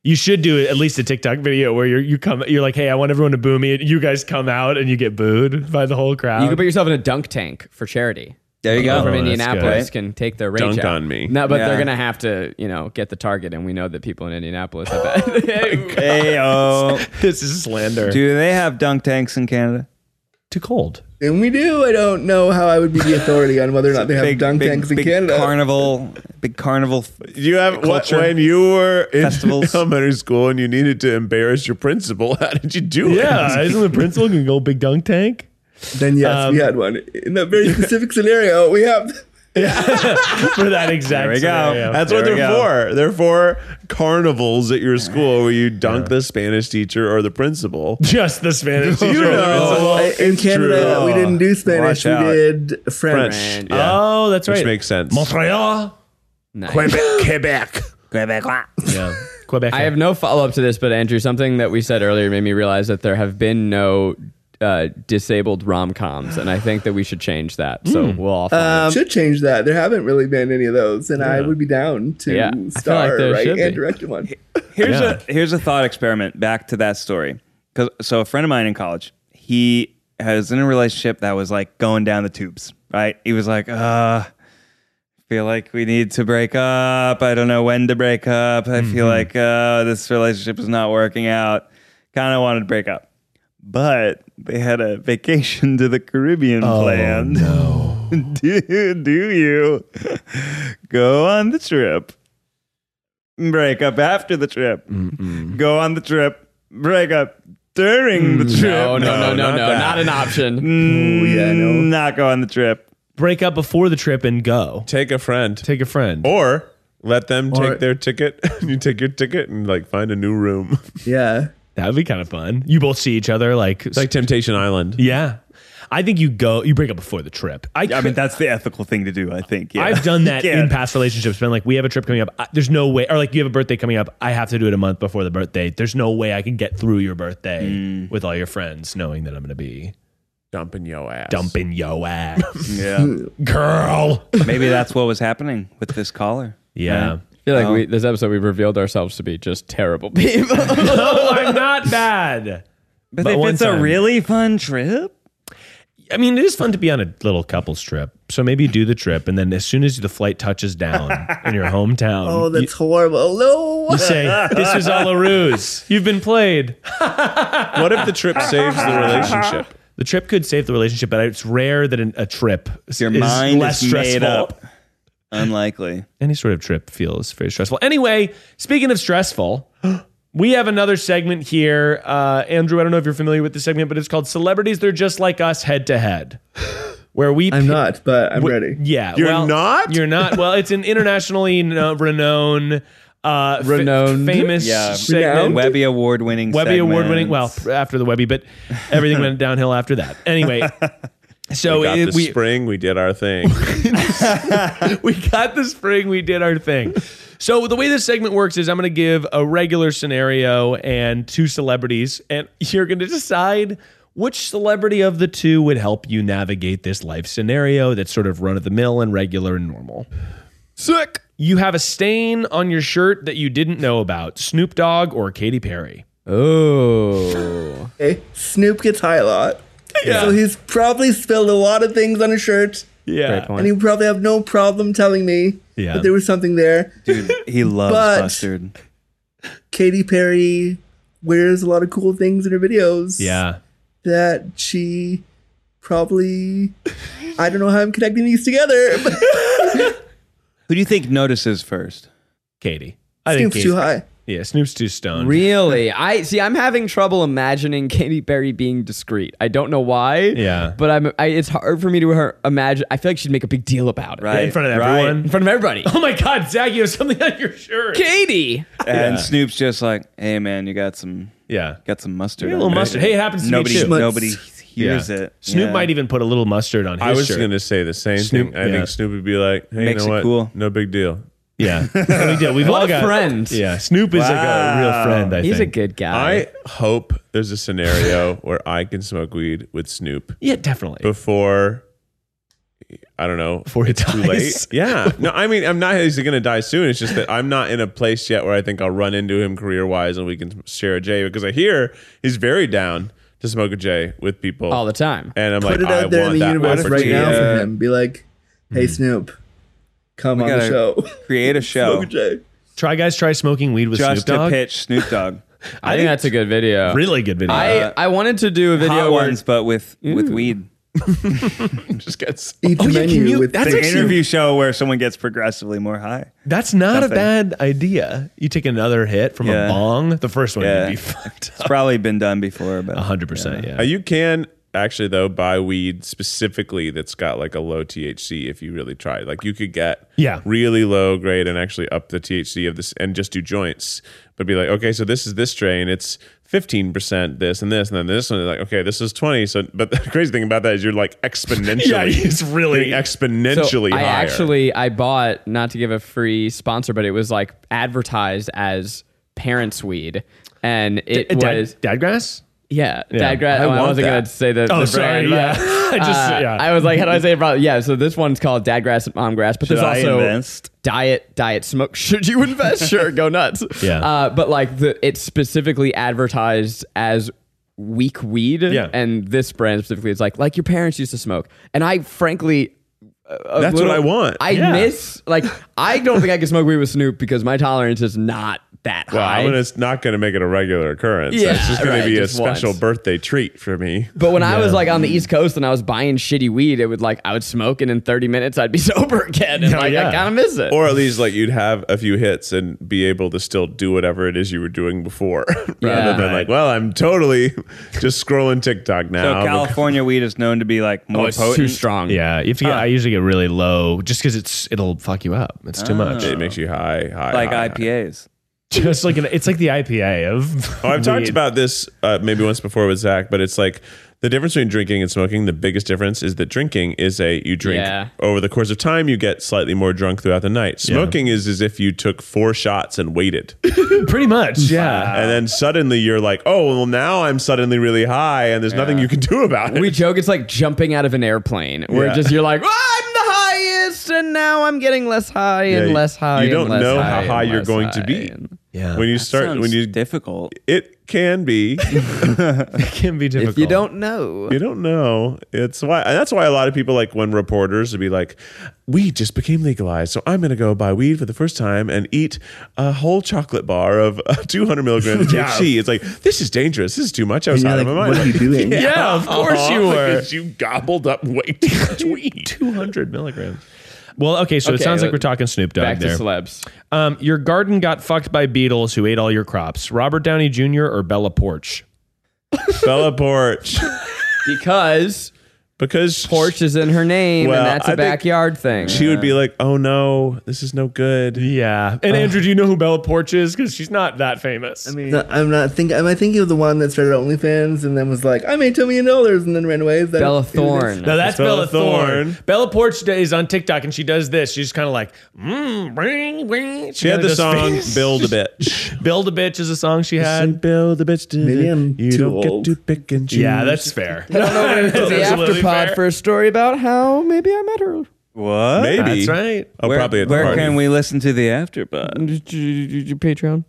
You should do at least a TikTok video where you're you come you're like, hey, I want everyone to boo me, and you guys come out and you get booed by the whole crowd.
You could put yourself in a dunk tank for charity.
There you
People
go.
From
Uh, that's
Indianapolis
Oh, good.
can take their rage
Dunk
out.
on me.
No, but
Yeah.
they're gonna have to, you know, get the target, and we know that people in Indianapolis have that.
Hey,
<laughs>
oh,
<laughs> this is slander.
do they have dunk tanks in Canada?
Too cold.
And we do. I don't know how I would be the authority on whether or not they have dunk tanks in
big
Canada.
carnival, big carnival.
you have what,
Culture.
when you were in
Festivals.
<laughs> elementary school and you needed to embarrass your principal? <laughs> How did you do
Yeah,
it?
isn't the principal gonna go big dunk tank?
then yes,
Um,
we had one in that very specific scenario. We have.
<laughs>
<laughs>
For that exact
There we go.
scenario.
That's what
There
they're
we
for. They're for carnivals at your school where you dunk the Spanish teacher or the
<laughs>
principal.
just the Spanish
<laughs>
teacher.
know.
Uh, in Canada,
true.
we didn't
Oh,
do Spanish.
Watch out.
We did French.
French.
Oh, that's right.
Which makes sense.
Montreal.
<laughs>
nice.
Quebec.
Yeah. Quebec.
I have no follow up to this, but Andrew, something that we said earlier made me realize that there have been no uh, disabled rom coms, and I think that we should change that. So we'll all find
Um, Should change that. There haven't really been any of those, and I would be down to
Yeah. I feel like
star,
there
right,
should be.
and
<laughs>
direct one.
Here's
Yeah.
a here's a thought experiment back to that story. 'Cause- so a friend of mine in college, he was in a relationship that was like going down the tubes, right? He was like, uh, feel like we need to break up. I don't know when to break up. I feel like uh, this relationship is not working out. Kind of wanted to break up. But they had a vacation to the Caribbean planned. Oh, No. <laughs> do, do you go on the trip? break up after the trip, go on the trip, break up during the
it.
trip.
Oh, No, no, no, no, no,
not that.
not an option.
Mm, yeah, no. Not go on the trip.
break up before the trip and go.
Take a friend.
Take a friend.
Or let them
Or-
take their ticket. <laughs> you take your ticket and like find a new room.
Yeah.
That would be kind of fun. You both see each other like,
It's like Temptation Island.
yeah. I think you go you break up before the trip. I,
I mean,
could-
that's the ethical thing to do, I think. Yeah.
I've done
<laughs>
that
You
in
can't.
past relationships. Been like, we have a trip coming up. I, there's no way, or like you have a birthday coming up. I have to do it a month before the birthday. There's no way I can get through your birthday
Mm.
with all your friends, knowing that I'm going to be
<laughs> Dumping your ass.
<laughs>
dumping yo ass,
Yeah.
girl. <laughs>
Maybe that's what was happening with this caller.
Yeah.
I feel like we, this episode we've revealed ourselves to be just terrible <laughs> people.
no, I'm not bad.
But,
But
if
one
it's
time-
a really fun trip,
I mean, it is fun to be on a little couples trip. So maybe do the trip, and then as soon as the flight touches down
<laughs>
in your hometown,
Oh,
you-
that's horrible. No.
you <laughs> say, "This is
<laughs>
all a ruse. You've been played."
What if the
<laughs>
trip saves the relationship?
The trip could save the relationship, but it's rare that an, a trip is
your mind
less
is
stressful.
made up. Unlikely.
Any sort of trip feels very stressful. Anyway, speaking of stressful, <gasps> we have another segment here. Uh, Andrew, I don't know if you're familiar with this segment, but it's called "Celebrities They're Just Like Us Head to Head." where we
I'm
pi-
not, but I'm
w-
ready.
Yeah,
You're
well,
not?
You're not. Well, it's an internationally kno- renowned, uh, fa-
Renowned.
famous
Yeah.
segment.
Webby award winning.
Webby award winning. Well, after the Webby, but everything went downhill after that. Anyway, so
we got
it-
the
we
spring. We did
<laughs>
our thing.
we got the spring. We did our thing. So the way this segment works is I'm going to give a regular scenario and two celebrities, and you're going to decide which celebrity of the two would help you navigate this life scenario that's sort of run of the mill and regular and normal.
Sick.
You have a stain on your shirt that you didn't know about. Snoop Dogg or Katy Perry?
Oh.
Okay. Snoop gets high a lot. So he's probably spilled a lot of things on his shirt,
Yeah.
and he would probably have no problem telling me
Yeah.
that there was something there.
dude, he loves
But-
mustard.
Katy Perry wears a lot of cool things in her videos.
Yeah.
That she probably. I don't know how I'm connecting these together. <laughs>
Who
But
do you think notices first?
Katie. I
Snoop's
Katy-
too high.
Yeah, Snoop's too stoned.
Really? I see. I'm having trouble imagining Katy Perry being discreet. I don't know why.
Yeah.
But I'm. I, it's hard for me to her, imagine. I feel like she'd make a big deal about it.
in front of
right.
everyone. <laughs>
In front of everybody.
Oh my God, Zach, you have something on your shirt.
Katie.
And Snoop's just like, "Hey, man, you got some,
Yeah.
got some mustard.
a little
on there."
mustard. Hey, it happens to
nobody,
me too.
Schmutz.
nobody hears
Yeah.
it.
Snoop
Yeah.
might even put a little mustard on his
I was
shirt.
going to say the same
Snoop,
thing. I
yeah.
think Snoop would be like, "Hey,
Makes
you know
it
what?
cool.
No big deal." <laughs>
yeah. No big deal. We've all
What a
got
friend.
Yeah. Snoop is like a real friend, I
He's a
think.
good guy.
I hope there's
<laughs>
a scenario where I can smoke weed with Snoop
yeah, definitely.
before I don't know
Before he
it's too
dies. <laughs>
late. Yeah, no, I mean I'm not. He's gonna die soon. It's just that I'm not in a place yet where I think I'll run into him career wise and we can share a J because I hear he's very down to smoke a J with people
all the time.
And I'm
Put
like,
it
I
out there in
want
the
that
universe right
opportunity.
now
Yeah.
for him. Be like, hey,
Hmm.
Snoop, come
We
on the
gotta
show. <laughs>
create a show
Smoke J.
Try guys try smoking weed with
just
Snoop
to
Dogg.
pitch Snoop Dogg.
I, think that's a good video.
Really Uh, good video.
I, I wanted to do a video
Hot
where
ones, but with with
Mm.
weed.
Just gets
Each
yeah, can
menu
you-
with
that's
It's an
actually-
interview show where someone gets progressively more high.
That's not
Something.
a bad idea. You take another hit from a
Yeah.
bong. The first one
Yeah.
would be fucked
It's probably been done before, but
hundred percent.
Uh,
Yeah.
you can actually though buy weed specifically that's got like a low THC if you really try. Like you could get
Yeah.
really low grade and actually up the THC of this and just do joints, but be like, okay, so this is this strain. It's fifteen percent this and this, and then this one is like, okay, this is twenty. So, but the <laughs> crazy thing about that is you're like exponentially.
<laughs> Yeah, it's really-
getting exponentially
So I
higher.
actually I bought not to give a free sponsor, but it was like advertised as parents weed, and it
Uh, Dad-
was
Dadgrass?
yeah.
Yeah.
Dad grad.
I
I,
want
wasn't
that.
gonna say the,
Oh,
the
sorry,
brand,
yeah.
but,
<laughs>
uh,
I just- yeah.
I was like, how do I say it? About? Yeah. So this one's called Dadgrass and Momgrass, but
Should
there's
I
also
invest?
diet diet smoke. <laughs> Should you invest? sure, go
<laughs>
nuts.
Yeah.
Uh, but like the it's specifically advertised as weak weed
Yeah.
and this brand specifically is like like your parents used to smoke and i frankly
that's what I want.
I
Yeah.
miss like I don't think I can smoke weed with Snoop because my tolerance is not that
well,
high.
I'm gonna, it's not going to make it a regular occurrence.
Yeah,
it's just going
right,
to be a
just once.
special birthday treat for me.
but when I was like on the East Coast and I was buying shitty weed, it would like I would smoke and in 30 minutes I'd be <laughs> sober again. And
Oh,
like
yeah.
I kind of miss it.
or at least like you'd have a few hits and be able to still do whatever it is you were doing before <laughs> rather
Yeah.
than like well i'm totally <laughs> just scrolling tiktok
So
now
California weed is known to be like more
oh, it's
potent.
too strong.
Yeah. If you, I usually get really low, just because it's it'll fuck you up. It's too much.
it makes you high high
like
high, high.
IPAs.
Just like an, it's like the IPA of.
Oh, I've
weed.
talked about this uh, maybe once before with Zach, but it's like the difference between drinking and smoking. The biggest difference is that drinking is a you drink
Yeah.
over the course of time, you get slightly more drunk throughout the night. Smoking is as if you took four shots and waited.
pretty much. Yeah.
and then suddenly you're like, oh, well, now I'm suddenly really high and there's nothing you can do about it.
We joke it's like jumping out of an airplane where
Yeah.
just you're like, "Well, I'm the highest and now I'm getting less high
Yeah,
and
you-
less high.
You
and
don't
less
know how
and
high you're
less
going to
high
be.
and-
yeah.
When you start, when you,
difficult.
it can be.
it can be difficult.
If you don't know.
you don't know. It's why. And that's why a lot of people like when reporters would be like, "Weed just became legalized, so I'm going to go buy weed for the first time and eat a whole chocolate bar of uh, <laughs> 200 milligrams
Yeah.
THC." It's like this is dangerous. This is too much. I was
And you're
out
like,
of my mind.
what are you <laughs> doing?
Yeah,
<laughs>
of course
Uh-huh,
you were.
because you gobbled up way too much weed.
200 milligrams. Well, okay, so it
Okay,
sounds like
uh,
we're talking Snoop Dogg
Back to
there.
celebs.
um, your garden got fucked by beetles who ate all your crops. Robert Downey Jr. or Bella Porch?
Bella Porch.
Because
because
Porch is in her name,
Well,
and that's
I
a
think
backyard thing.
she would be like, "Oh no, this is no good."
Yeah.
Uh,
And Andrew, do you know who Bella Porch is? Because she's not that famous. I mean,
No, I'm not thinking. Am I thinking of the one that started OnlyFans and then was like, "I made two million dollars" and then ran away? Is that
Bella
who it is?
Thorne.
no, that's Bella
Bella
Thorne.
Thorne.
Bella Porch is on TikTok and she does this. She's kind of like, mm, ring, ring.
She had
kinda
the
does
song
face.
"Build a
<laughs>
Bitch."
Build a Bitch is a song she had.
Said, "Build a bitch." did
Maybe
it.
I'm
you
too
don't
old.
get to pick and choose.
Yeah, <laughs> that's fair.
<laughs>
to the
That's
after
absolutely
pod
fair.
for a story about how maybe I met her.
What?
maybe.
That's right.
Oh,
Where,
probably at the
where
party.
can we listen to the afterbud?
Patreon.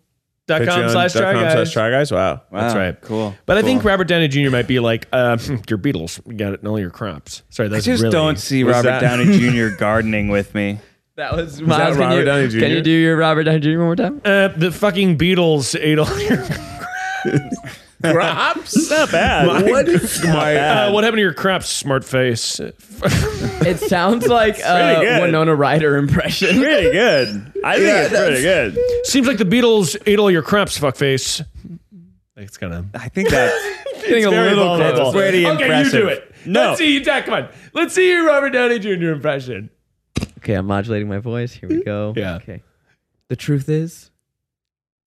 Dot com
Patreon
slash
dot
try
com
guys.
slash try guys. Wow.
That's
Wow,
right.
Cool.
But I think Robert Downey Jr. might be like, uh, <laughs> your Beatles, you got it in all your crops. Sorry,
I
that's
just
really-
don't see Robert
<laughs>
that-
Downey Jr. gardening with me.
That was Miles.
Miles, that
Can you,
can you- Robert Downey
can you
Jr.?
do your Robert Downey Jr. one more time?
<laughs> Uh, the fucking Beatles ate all your
Crops?
Not bad.
What
<laughs>
is
Uh, what happened to your crops, smart face?
<laughs> It sounds like uh,
good.
Winona Ryder
<laughs>
impression.
pretty good. I think it's pretty good.
Seems like the Beatles ate all your crops, fuckface. It's gonna.
I
<laughs>
think that's
Getting a little
vulnerable.
close.
pretty
okay,
impressive.
you do it.
No.
Let's see you. Come on. Let's see your Robert Downey Jr. impression.
Okay, I'm modulating my voice. Here we go.
<laughs>
Yeah.
Okay. The truth is,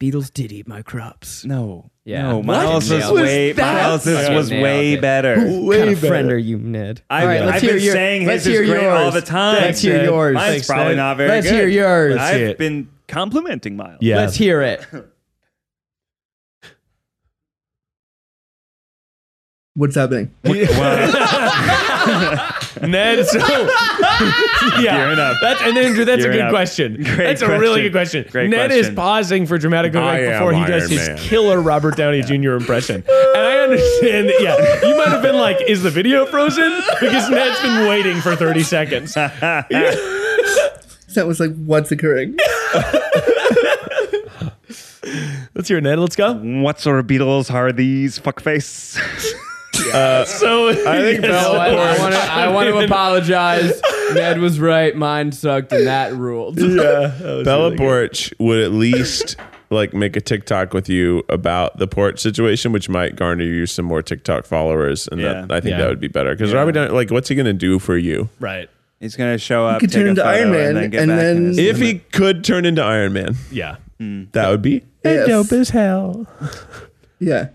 Beatles did eat my crops.
no.
Yeah.
No,
What
Miles is
was
way
that?
Miles is
Okay,
was
nailed
way
it.
better.
What kind of friend are you, Ned?
I,
All right, let's
I've
hear
been
your-
saying
let's
his is
hear
great all
yours.
the time.
Let's hear
Ned.
yours.
Mine's
Thanks,
probably
Ned.
not very
Let's
good.
hear yours.
Let's see
I've
it.
been complimenting Miles.
Yeah.
Let's hear
<laughs>
it.
What's happening?
Wow.
Ned,
<laughs>
so yeah,
Gearing up.
That's, and Andrew, that's a
Gearing
good
up.
question. that's a
question.
really good question.
Great
Ned is
question.
pausing for dramatic
I
effect
am
before he does
Iron
his
Man.
killer Robert Downey Jr. impression, and I understand. That, yeah, you might have been like, "Is the video frozen?" Because Ned's been waiting for thirty seconds.
<laughs> That was like, "What's occurring?"
<laughs>
Let's hear it, Ned. Let's go.
what sort of Beatles are these? Fuckface.
So
I think
No,
Bella
I, I
Porch.
want to. I
<laughs>
want to apologize. Ned was right. Mine sucked, and that
<laughs>
ruled.
Bella Porch would at least like make a TikTok with you about the porch situation, which might garner you some more TikTok followers, and that,
Yeah.
I think
Yeah.
that would be better because Robert, Downey- like, what's he gonna do for you
<laughs> right.
He's gonna show up.
could
take
turn
a
into
photo,
Iron Man
and then, get
and
back in
then-
his-
if he could turn into Iron Man?
Yeah.
That would be
Yes.
dope as hell,
Yeah.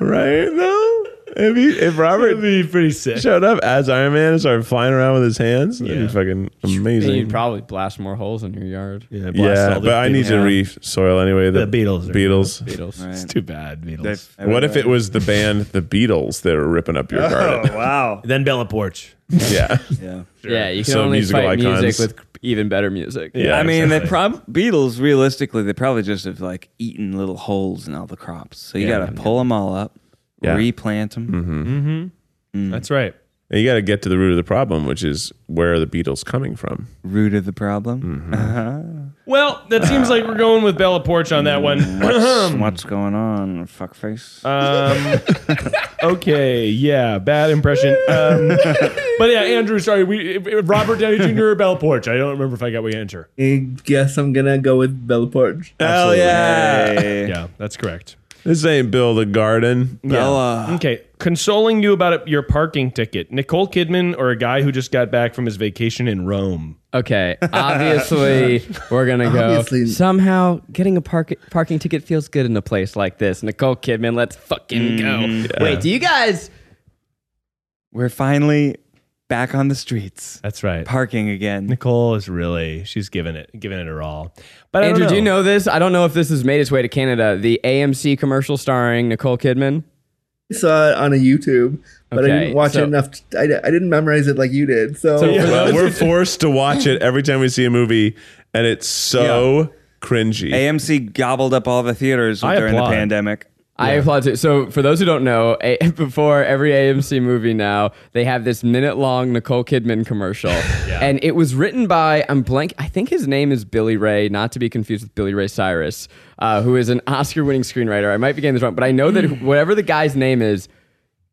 right? Though, if he, if
That'd
Robert
be pretty sick.
showed up as Iron Man and started flying around with his hands,
Yeah.
that'd be fucking
And you'd
amazing.
probably blast more holes in your yard.
Yeah, blast all
Yeah,
the
but I need
Beatles.
to re-soil anyway. The,
The Beatles are-
Beatles.
Beatles.
It's too bad, Beatles.
<laughs> They've-
What if
<laughs>
it was the band, the Beatles, that are ripping up your garden?
<laughs> Oh wow.
then Bella Porch.
Yeah.
Yeah.
Yeah, you can
So
only
musical
fight
icons.
music with even better music.
Yeah,
I mean,
exactly.
they prob Beatles realistically, they probably just have like eaten little holes in all the crops. So you got to pull them all up,
Yeah.
replant them.
Mm-hmm.
Mm.
That's right.
And you got to get to the root of the problem, which is where are the Beatles coming from?
Root of the problem.
Mm-hmm.
Well, that seems like we're going with Bella Porch on that
Mm.
one.
What's, what's going on, fuckface?
Um, okay, yeah, bad impression. Um, but yeah, Andrew, sorry, we Robert Downey Jr. or Bella Porch. I don't remember if I got we answer.
I guess I'm gonna go with Bella Porch.
Hell
<laughs>
yeah.
Hey.
Yeah, that's correct.
This ain't build a garden.
Bella.
uh,
Okay, consoling you about your parking ticket, Nicole Kidman or a guy who just got back from his vacation in Rome.
Okay, obviously we're gonna go.
Obviously.
Somehow getting a park- parking ticket feels good in a place like this. Nicole Kidman, let's fucking go. Wait, do you guys?
We're finally back on the streets,
That's right.
parking again.
Nicole is really she's giving it giving it her all. But I don't
Andrew, do you know this? I don't know if this has made its way to Canada. The AMC commercial starring Nicole Kidman.
I saw it on a YouTube, but
Okay,
I didn't watch
so-
it enough. To, I, I didn't memorize it like you did. So,
So- Yeah.
Well, we're forced to watch it every time we see a movie, and it's so cringy.
AMC gobbled up all the theaters
I
during
applaud.
the pandemic.
I applaud it. So, for those who don't know, a, <laughs> before every AMC movie now, they have this minute long Nicole Kidman
<laughs>
commercial. And it was written by, I'm blank, I think his name is Billy Ray, not to be confused with Billy Ray Cyrus, uh, who is an Oscar winning screenwriter. I might be getting this wrong, but I know that
Hmm.
whatever the guy's name is,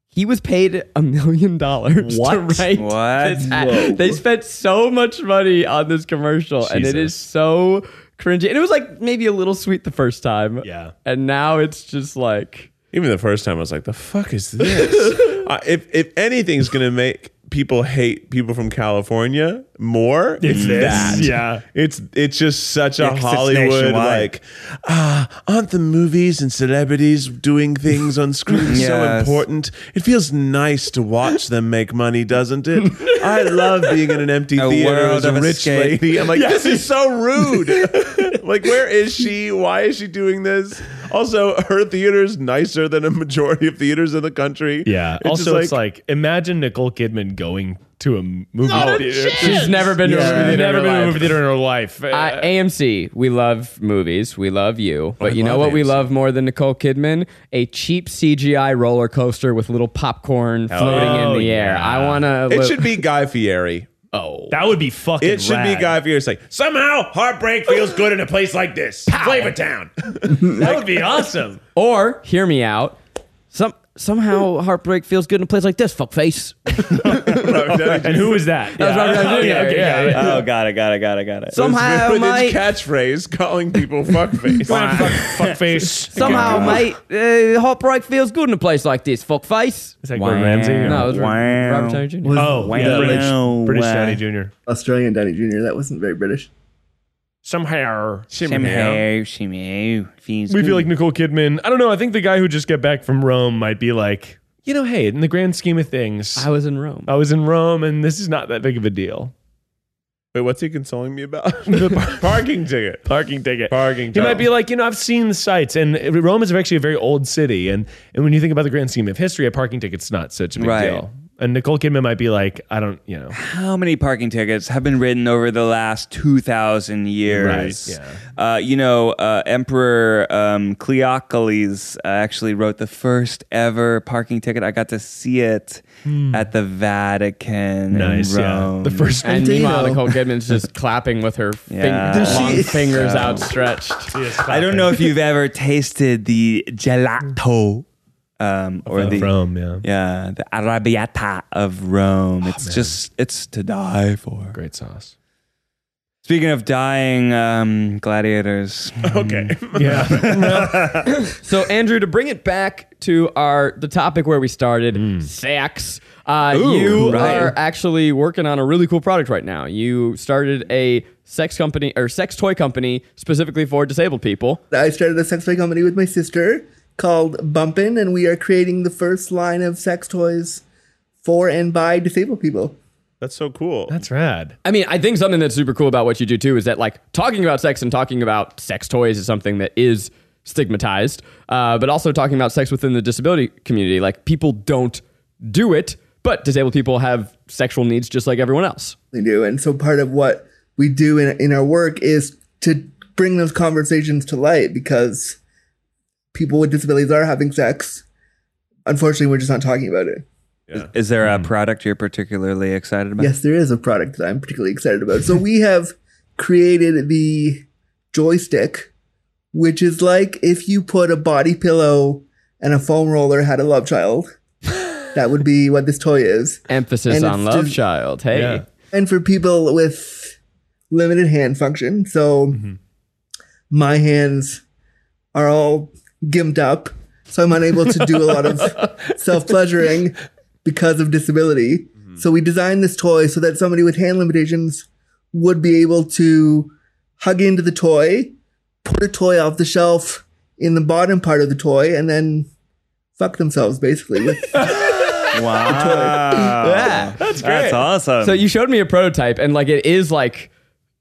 he was paid a million dollars to write
What?
this ad. They spent so much money on this commercial, and it is
Jesus.
so cringy. And it was like maybe a little sweet the first time.
Yeah.
And now it's just like
Even the first time, I was like, "The fuck is <laughs> this?" I, if if anything's gonna make people hate people from California more, it's that.
<laughs> Yeah.
It's it's just such
Yeah,
a
'cause it's
Hollywood
nationwide.
like ah aren't the movies and celebrities doing things
<laughs>
on screen so
Yes.
important? It feels nice to watch them make money,
<laughs>
doesn't it? I love being in an empty
A
theater
world
as a
of
rich
escape.
lady. I'm like, this is so rude.
<laughs>
like, where is she? Why is she doing this? Also, her theater's nicer than a majority of theaters in the country.
Yeah.
It's
also,
just
it's like imagine Nicole Kidman going to a movie theater.
She's never been to a movie
She's
theater.
never
in her
been to a
life.
movie theater in her life.
Uh, AMC, we love movies. We love you. But you know
love
what we
AMC.
love more than Nicole Kidman? A cheap CGI roller coaster with little popcorn floating
yeah.
in the air.
Oh,
I want to.
it should be Guy Fieri.
Oh.
that would be fucking.
It should be
rad.
Guy Fieri. It's like somehow heartbreak feels good in a place like this, Flavor Town.
<laughs> That would be
<laughs>
awesome.
Or, hear me out. Some
<laughs>
Somehow, heartbreak feels good in a place like this, fuckface.
and who is that?
That's Robert
<laughs> Yeah.
Downey Jr.
Okay, okay,
Yeah,
yeah,
yeah.
Oh, got it, got it, got it, got it.
Somehow,
With
mate.
its catchphrase,
<laughs>
calling people fuckface.
Fuck, <laughs> fuck face.
Somehow, mate, uh, heartbreak feels good in a place like this, fuckface.
Is that Gordon Ramsay?
No, it was
Wow.
Robert Downey Jr.
Oh,
Wow.
yeah,
Wow.
British, British Downey Jr.
Australian Downey Jr. That wasn't very British.
Somehow.
Somehow, somehow, feels
We
good.
feel like Nicole Kidman. I don't know. I think the guy who just got back from Rome might be like, you know, hey, in the grand scheme of things,
I was in Rome.
I was in Rome and this is not that big of a deal. <laughs>
Wait, what's he consoling me about? the par- <laughs> parking ticket.
Parking ticket.
Parking
He
ticket.
might be like, you know, I've seen the sites, and Rome is actually a very old city, and and when you think about the grand scheme of history, a parking ticket's not such a big
Right.
deal. And Nicole Kidman might be like, I don't, you know,
how many parking tickets have been written over the last 2,000 years?
Right,
Uh, you know, uh, Emperor um, Cleocles uh, actually wrote the first ever parking ticket. I got to see it at the Vatican
Hmm. nice,
in
yeah.
Rome.
The first
And
Dino.
meanwhile, Nicole Kidman's
<laughs>
just clapping with her fing-
Yeah.
Does
long
she-
fingers
So-
outstretched.
I don't know if you've ever tasted the gelato
<laughs>
um, or the
Rome, yeah.
yeah the arrabbiata of Rome. it's just it's to die for.
Great sauce.
Speaking of dying, um, gladiators.
okay.
Yeah. <laughs>
So, Andrew, to bring it back to our the topic where we started,
Hmm.
sex. Uh, you
right.
are actually working on a really cool product right now. You started a sex company or sex toy company specifically for disabled people.
I started a sex toy company with my sister called Bumpin', and we are creating the first line of sex toys for and by disabled people.
That's so cool.
That's rad.
I mean, I think something that's super cool about what you do too is that like talking about sex and talking about sex toys is something that is stigmatized, uh, but also talking about sex within the disability community. Like people don't do it, but disabled people have sexual needs just like everyone else.
They do, and so part of what we do in in our work is to bring those conversations to light because people with disabilities are having sex. Unfortunately, we're just not talking about it.
Is there a product you're particularly excited about?
Yes, <laughs> there is a product that I'm particularly excited about. So we have created the joystick, which is like if you put a body pillow and a foam roller had a
<laughs>
love child. that would be what this toy is.
Emphasis
And
on
it's
love
just-
child. Hey.
Yeah.
And for people with limited hand function, so my hands are all gimped up, so I'm unable to do a lot of self pleasuring because of disability. So we designed this toy so that somebody with hand limitations would be able to hug into the toy, put a toy off the shelf in the bottom part of the toy, and then fuck themselves basically with
Wow. That's great. That's awesome.
So you showed me a prototype, and like it is like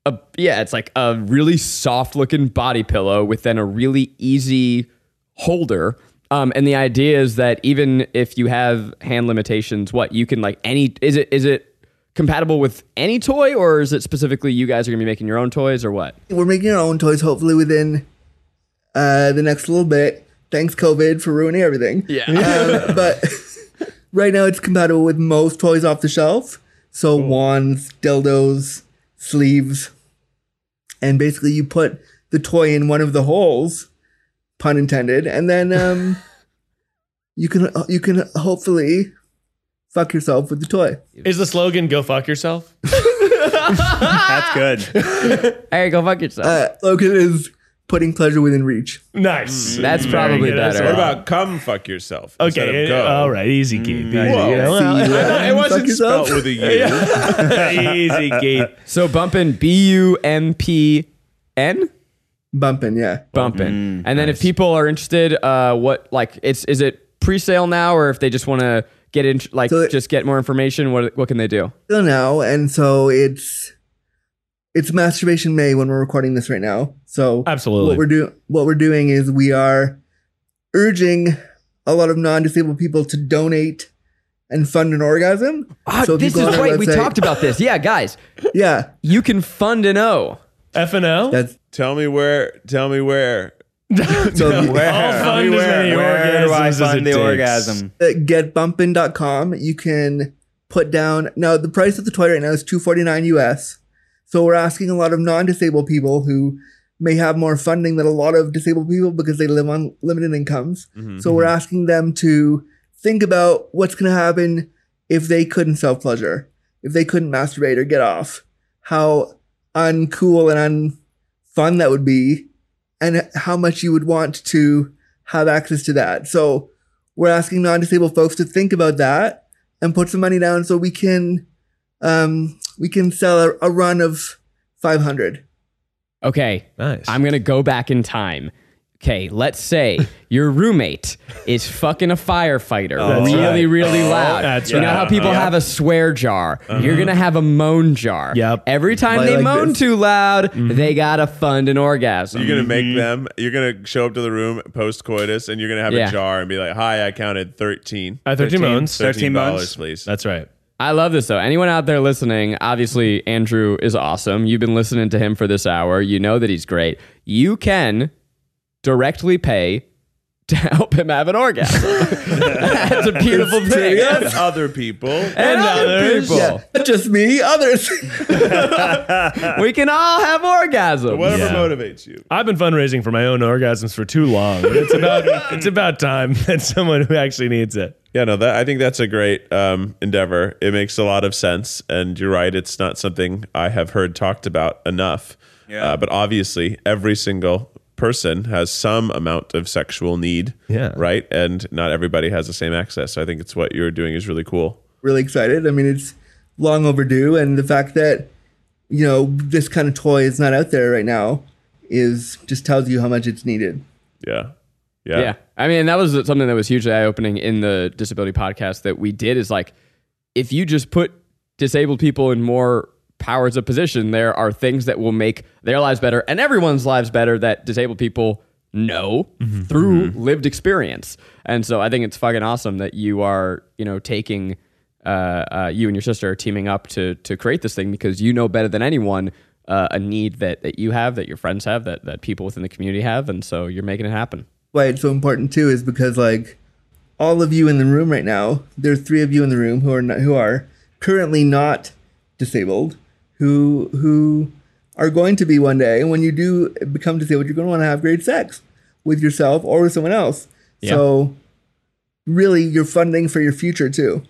a yeah, it's like a really soft looking body pillow with then a really easy holder. Um, and the idea is that even if you have hand limitations, what you can like any is it is it compatible with any toy or is it specifically you guys are gonna be making your own toys or what?
we're making our own toys hopefully within uh, the next little bit thanks covid for ruining everything yeah um, but right now it's compatible with most toys off the shelf so wands dildos sleeves and basically you put the toy in one of the holes pun intended and then um, you can you can hopefully fuck yourself with the toy
Is the slogan "Go fuck yourself"?
That's good.
Hey, go fuck yourself.
uh, slogan is putting pleasure within reach.
Nice.
That's
Very
probably
good.
better.
That's
What
all.
about come fuck yourself?
Mm.
instead
Okay.
of go?
all right. Easy, Keith.
I
easy,
see.
you know,
See you later.
<laughs>
It
Fuck
wasn't
yourself.
spelled with a U.
easy, Keith.
So bumping B U M P N
Bumping, yeah.
bumping. and then if people are interested, uh, what like it's is it pre-sale now or if they just want to get in like
So it-
just get more information, what what can they do?
Still now, and so it's it's masturbation May when we're recording this right now. So
Absolutely.
what we're doing what we're doing is we are urging a lot of non-disabled people to donate and fund an orgasm.
Ah,
So if you
this
go
is
on our
right. We
website-
talked about this. Yeah, guys,
Yeah,
you can fund an O.
F and O.
that's
<laughs>
Tell me where. Tell me where.
so if you-
Where?
I'll find as many
Where do I
orgasms as it
find the
takes.
orgasm?
at getbumpin.com. You can put down now the price of the toy right now is 249 US. So we're asking a lot of non-disabled people who may have more funding than a lot of disabled people because they live on limited incomes.
Mm-hmm.
So we're asking them to think about what's going to happen if they couldn't self-pleasure, if they couldn't masturbate or get off. How uncool and unfun that would be and how much you would want to have access to that. So we're asking non-disabled folks to think about that and put some money down so we can um, we can sell a, a run of 500
Okay,
Nice.
I'm gonna go back in time. Okay, let's say your roommate is fucking a firefighter
That's
really,
right.
really loud.
that's
you know
right.
how people have a swear jar? You're gonna have a moan jar.
Yep.
Every time
Like-
they
like
moan
this.
too loud, they gotta fund an orgasm.
You're gonna
Mm-hmm.
make them. You're gonna show up to the room post coitus, and you're gonna have
Yeah.
a jar and be like, "Hi, I counted thirteen.
Uh, 13 moans.
13
dollars,
moans.
please."
That's right.
I love this though. Anyone out there listening, obviously Andrew is awesome. You've been listening to him for this hour. You know that he's great. You can directly pay to <laughs> help him have an orgasm. That's a beautiful thing.
and <laughs> other people.
And other
others.
people.
not just me others <laughs>
We can all have orgasms.
Whatever
Yeah.
motivates you.
I've been fundraising for my own orgasms for too long. But it's <laughs> about it's about time that someone who actually needs it.
Yeah, no, that I think that's a great um, endeavor. It makes a lot of sense, and you're right. It's not something I have heard talked about enough.
Yeah.
Uh, but obviously, every single person has some amount of sexual need.
Yeah.
Right, and not everybody has the same access. So I think it's what you're doing is really cool.
really excited i mean it's long overdue and the fact that you know this kind of toy is not out there right now is just tells you how much it's needed
Yeah.
Yeah.
Yeah.
I mean, that was something that was hugely eye opening in the disability podcast that we did is like, if you just put disabled people in more powers of position, there are things that will make their lives better and everyone's lives better that disabled people know through lived experience. And so I think it's fucking awesome that you are, you know, taking. Uh, uh, you and your sister are teaming up to to create this thing because you know better than anyone uh, a need that, that you have, that your friends have, that that people within the community have, and so you're making it happen.
why it's so important too is because like all of you in the room right now, there are three of you in the room who are not, who are currently not disabled, who who are going to be one day. And when you do become disabled, you're going to want to have great sex with yourself or with someone else. So really, you're funding for your future too.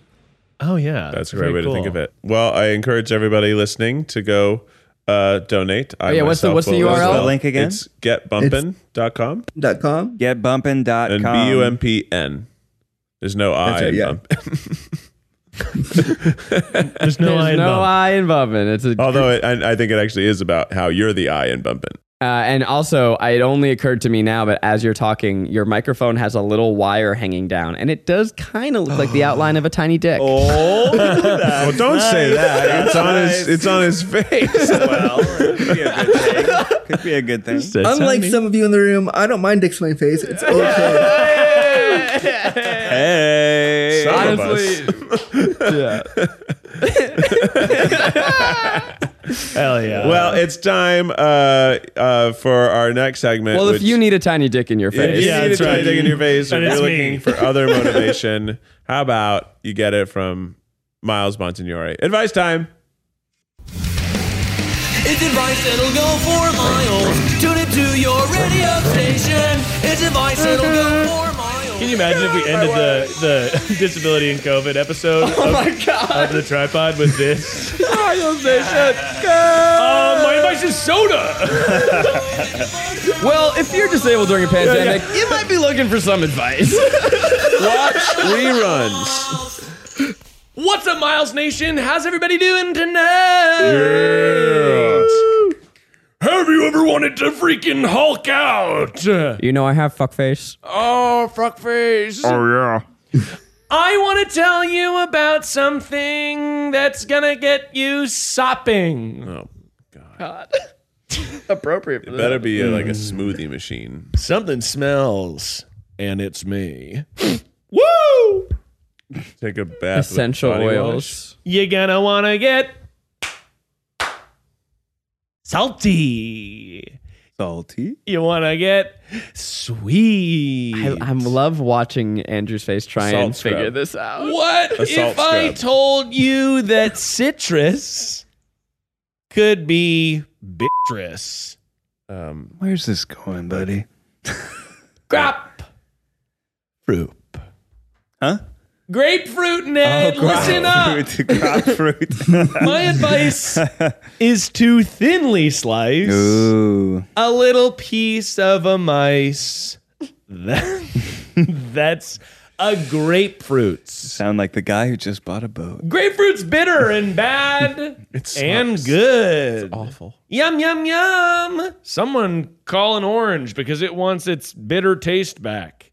Oh yeah,
That's a
very
great way
cool.
to think of it. Well, I encourage everybody listening to go uh, donate. I
Oh, yeah, what's the-
myself
what's the
will as
URL?
well.
The link again?
It's getbumpin.com
Dot com.
Getbumpin.com.
and B U M P N. There's no I.
That's right,
in
yeah.
bump.
<laughs>
<laughs>
There's no
There's
line
no
bump.
eye involvement. It's a,
Although it, I, I think it actually is about how you're the I in bumpin.
uh, and also it only occurred to me now, but as you're talking, your microphone has a little wire hanging down, and it does kind of look like the outline of a tiny dick.
Oh, well,
Don't say that. It's on his. It's on
<laughs>
his face.
Well, it could be a good thing. <laughs> Could be a good thing.
Unlike some of you in the room, I don't mind dicks in my face. It's okay.
Hey.
Some of
Honestly,
us.
<laughs>
Hell yeah.
Well, it's time uh, uh, for our next segment.
well, if
which-
you need a tiny dick in your face,
Yeah,
yeah,
that's
<laughs>
it's right.
right.
in your face, or
And
you're
it's me.
looking for other motivation. <laughs> How about you get it from Miles Montagnore? Advice time.
It's advice that'll go for miles. Tune it to your radio station. It's advice that'll go for miles.
Can you imagine <laughs> if we ended <laughs> Oh the, the disability and COVID episode of, of the tripod with this?
Miles, they should go.
<laughs> Uh, my advice is soda.
Well, if you're disabled during a pandemic, you might be looking for some advice. <laughs>
Watch reruns.
What's up, Miles Nation? How's everybody doing tonight? Have you ever wanted to freaking Hulk out?
You know I have fuckface.
Oh, fuckface. Oh, yeah. I want to tell you about something that's gonna get you sopping.
Appropriate.
Oh, It better be uh, like a
Mm.
smoothie machine.
Something smells, and it's me. Woo!
Take a bath.
Essential
with body
oils.
You're gonna wanna get salty.
Salty.
You wanna get sweet.
I, I love watching Andrew's face try
Salt
and figure
scrub.
this out.
what
A salt
if I
scrub.
told you that citrus could be bitrus?
wash. Um,
Where's this going, buddy?
Crap. Fruit.
Huh?
Grapefruit, Ned. Listen up.
Grapefruit.
My advice is to thinly slice.
<laughs> Ooh.
a little piece of a mice. That, <laughs> that's a grapefruit.
Sound like the guy who just bought a boat.
Grapefruit's bitter and
<laughs>
bad and good.
awful.
Yum, yum, yum. Someone call an orange because it wants its bitter taste back.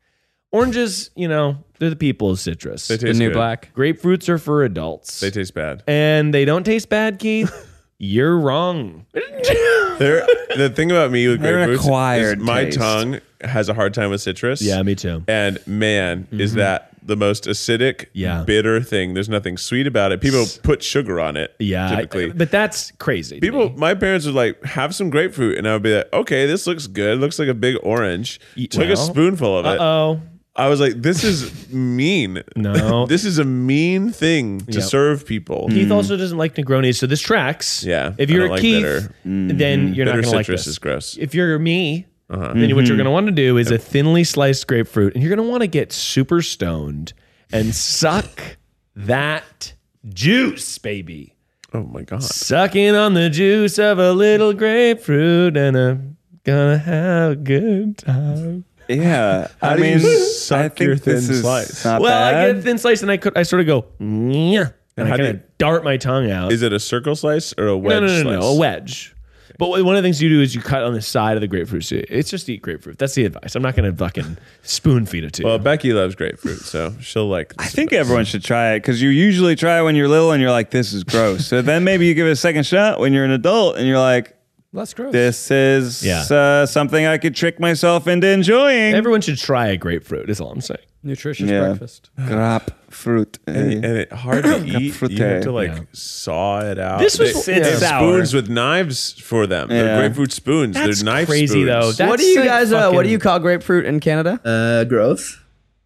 Oranges, you know, they're the people of citrus.
They
The
taste
new
good.
black.
Grapefruits are for adults.
They taste bad.
and they don't taste bad,
<laughs>
Keith. You're wrong.
<laughs>
They're, the thing about me with
They're an
grapefruits
acquired
is my
taste.
tongue has a hard time with citrus.
me too.
<laughs> And man, is
Mm-hmm.
that the most acidic,
Yeah.
bitter thing. There's nothing sweet about it. People put sugar on it.
Yeah, I-
Typically.
but that's crazy. to
People,
me.
my parents would like have some grapefruit, and I would be like, "Okay, this looks good. Looks like a big orange." Took a
well, uh-uh.
spoonful of it.
Uh-oh.
I was like, "This
<laughs>
is mean.
No.
<laughs> this is a mean thing to
Yep.
serve people."
Keith also doesn't like Negronis, so this tracks.
Yeah,
If
I
you're
don't like
Keith,
bitter. Hmm.
then you're
Bitter
not going to like
citrus
this.
is gross. Uh-huh. Mm-hmm.
If you're me, then what you're going to want to do is a thinly sliced grapefruit, and you're going to want to get super stoned and suck that juice, baby.
Oh my god!
Sucking on the juice of a little grapefruit, and I'm gonna have a good time.
Yeah. <laughs> I
do you
mean,
suck
I think
your thin
this is
slice?
not
well, I
bad.
get a thin slice, and I could, I sort of go, yeah, and I
how
kind
do you-
of dart my tongue out.
Is it a circle slice or a
no,
wedge?
no, no,
slice?
no, a wedge. But one of the things you do is you cut on the side of the grapefruit. So it's just eat grapefruit. That's the advice. I'm not going to fucking spoon feed it to you.
Well, Becky loves grapefruit, so she'll like.
I
This
think
advice.
everyone should try it because you usually try it when you're little and you're like, this is gross. so then maybe you give it a second shot when you're an adult and you're like,
That's gross.
this is
Yeah.
uh, something I could trick myself into enjoying.
Everyone should try a grapefruit. Is all I'm saying.
Nutritious
Yeah.
breakfast.
<laughs> Grapefruit.
and, and it hard
<coughs>
to eat. You
Grapefruit.
have to like
Yeah.
saw it out.
This was-
they, they have
Sour.
spoons with knives for them.
Yeah.
They're grapefruit spoons.
That's
They're knife
crazy
spoons.
though. That's
what do you
a
guys? Uh, what do
fucking-
you call grapefruit in Canada?
Uh, gross.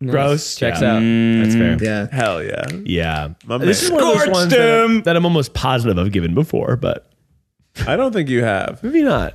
Gross.
Checks
Yeah.
out.
That's fair.
Mm.
Yeah.
Yeah.
Hell yeah. man.
This is one of those
Scorched
ones that, I,
him.
that I'm almost positive I've given before, but
I don't think you
<laughs>
have.
maybe not.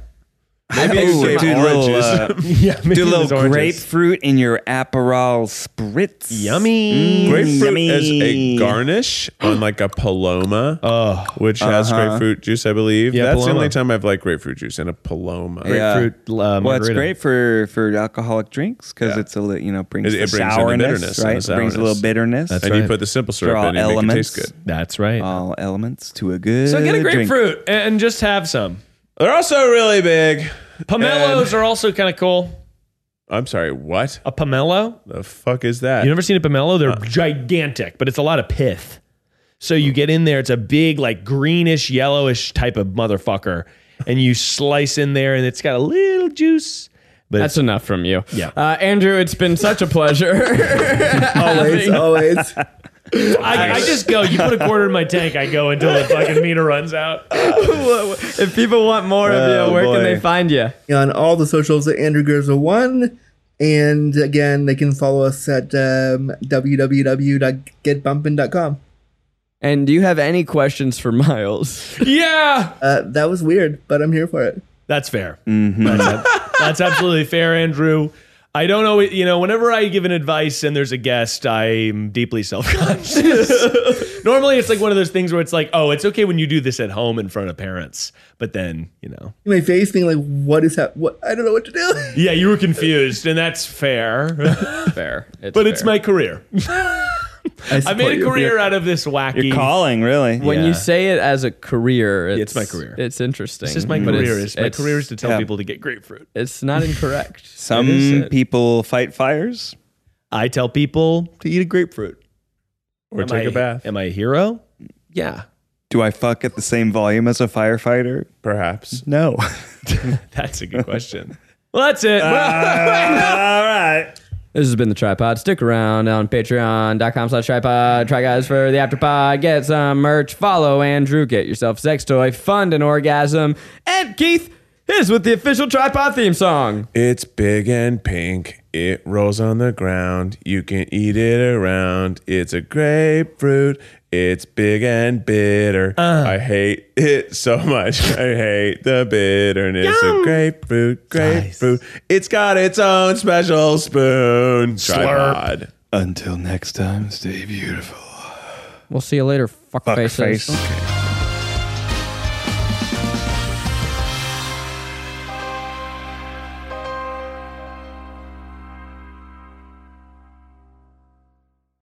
Maybe you
Ooh,
gave
do little,
oranges.
<laughs> uh,
Yeah, maybe
do a
it was
little
oranges.
grapefruit in your Aperol spritz.
Yummy.
grapefruit
Mm, Yummy.
as a garnish on like a paloma,
Oh,
which has grapefruit juice, I believe.
Yeah,
That's
paloma.
the only time I've liked grapefruit juice in a paloma.
Yeah.
grapefruit. Uh,
Well, it's
margarita.
great for for alcoholic drinks because
Yeah.
it's a little you know brings
It- it
the
brings in the
sourness,
bitterness and
right?
the
It brings a little
sourness.
bitterness.
That's
and
right.
you put the simple syrup
They're all
in and you make it
elements.
taste good.
That's right.
All elements to a good.
so get a
Uh, drink.
grapefruit and just have some.
They're also really big.
Pomelos are also kind of cool.
I'm sorry, what
A pomelo?
the fuck is that?
You never seen a pomelo? They're gigantic, but it's a lot of pith. So you get in there, it's a big, like greenish, yellowish type of motherfucker, and you slice in there, and it's got a little juice. But
That's
it's,
enough from you.
Yeah.
Uh, Andrew, it's been such a pleasure. <laughs>
Always, always.
I, I just go. You put a quarter in my tank, I go until the fucking meter runs out.
if people want more of
Oh,
you, where
boy.
can they find you?
on all the socials at Andrew Gerza One. And again, they can follow us at um, www.getbumpin.com.
And do you have any questions for Miles?
Yeah,
Uh, that was weird, but I'm here for it.
that's fair. That's, ab- that's absolutely fair, Andrew. I don't know. You know, whenever I give an advice and there's a guest, I'm deeply self conscious. <laughs> Normally, it's like one of those things where it's like, oh, it's okay when you do this at home in front of parents, but then you know,
my face being like, what is that? What? I don't know what to do. <laughs>
yeah, you were confused, and that's fair.
<laughs> Fair. It's
but it's
fair.
my career. I made a career out of this wacky.
You're calling, really.
When
Yeah.
you say it as a career, it's,
it's my career.
It's interesting.
This is my
Mm. but
career.
Mm-hmm. it's-
It's, my
it's-
career is to tell
yeah.
people to get grapefruit.
It's not <laughs> incorrect. It is
Some
it.
people fight fires.
I tell people to eat a grapefruit
or
Am
take
I-
a bath,
Am I a hero? Yeah,
Do I fuck at the same volume as a firefighter?
perhaps.
No. <laughs>
that's a good question. well,
<laughs>
that's it.
Uh, All right.
This has been the tripod. Stick around on patreon.com slash tripod. Try guys for the afterpod. Get some merch. Follow Andrew. Get yourself a sex toy. Fund an orgasm. And Keith is with the official tripod theme song.
It's big and pink. It rolls on the ground. You can eat it around. It's a grapefruit. It's big and bitter. I hate it so <laughs> much. I hate the bitterness of grapefruit. Grapefruit. It's got its own special spoon. Tripod.
Until next time, stay beautiful.
We'll see you later, fuck faces.
Fuckface.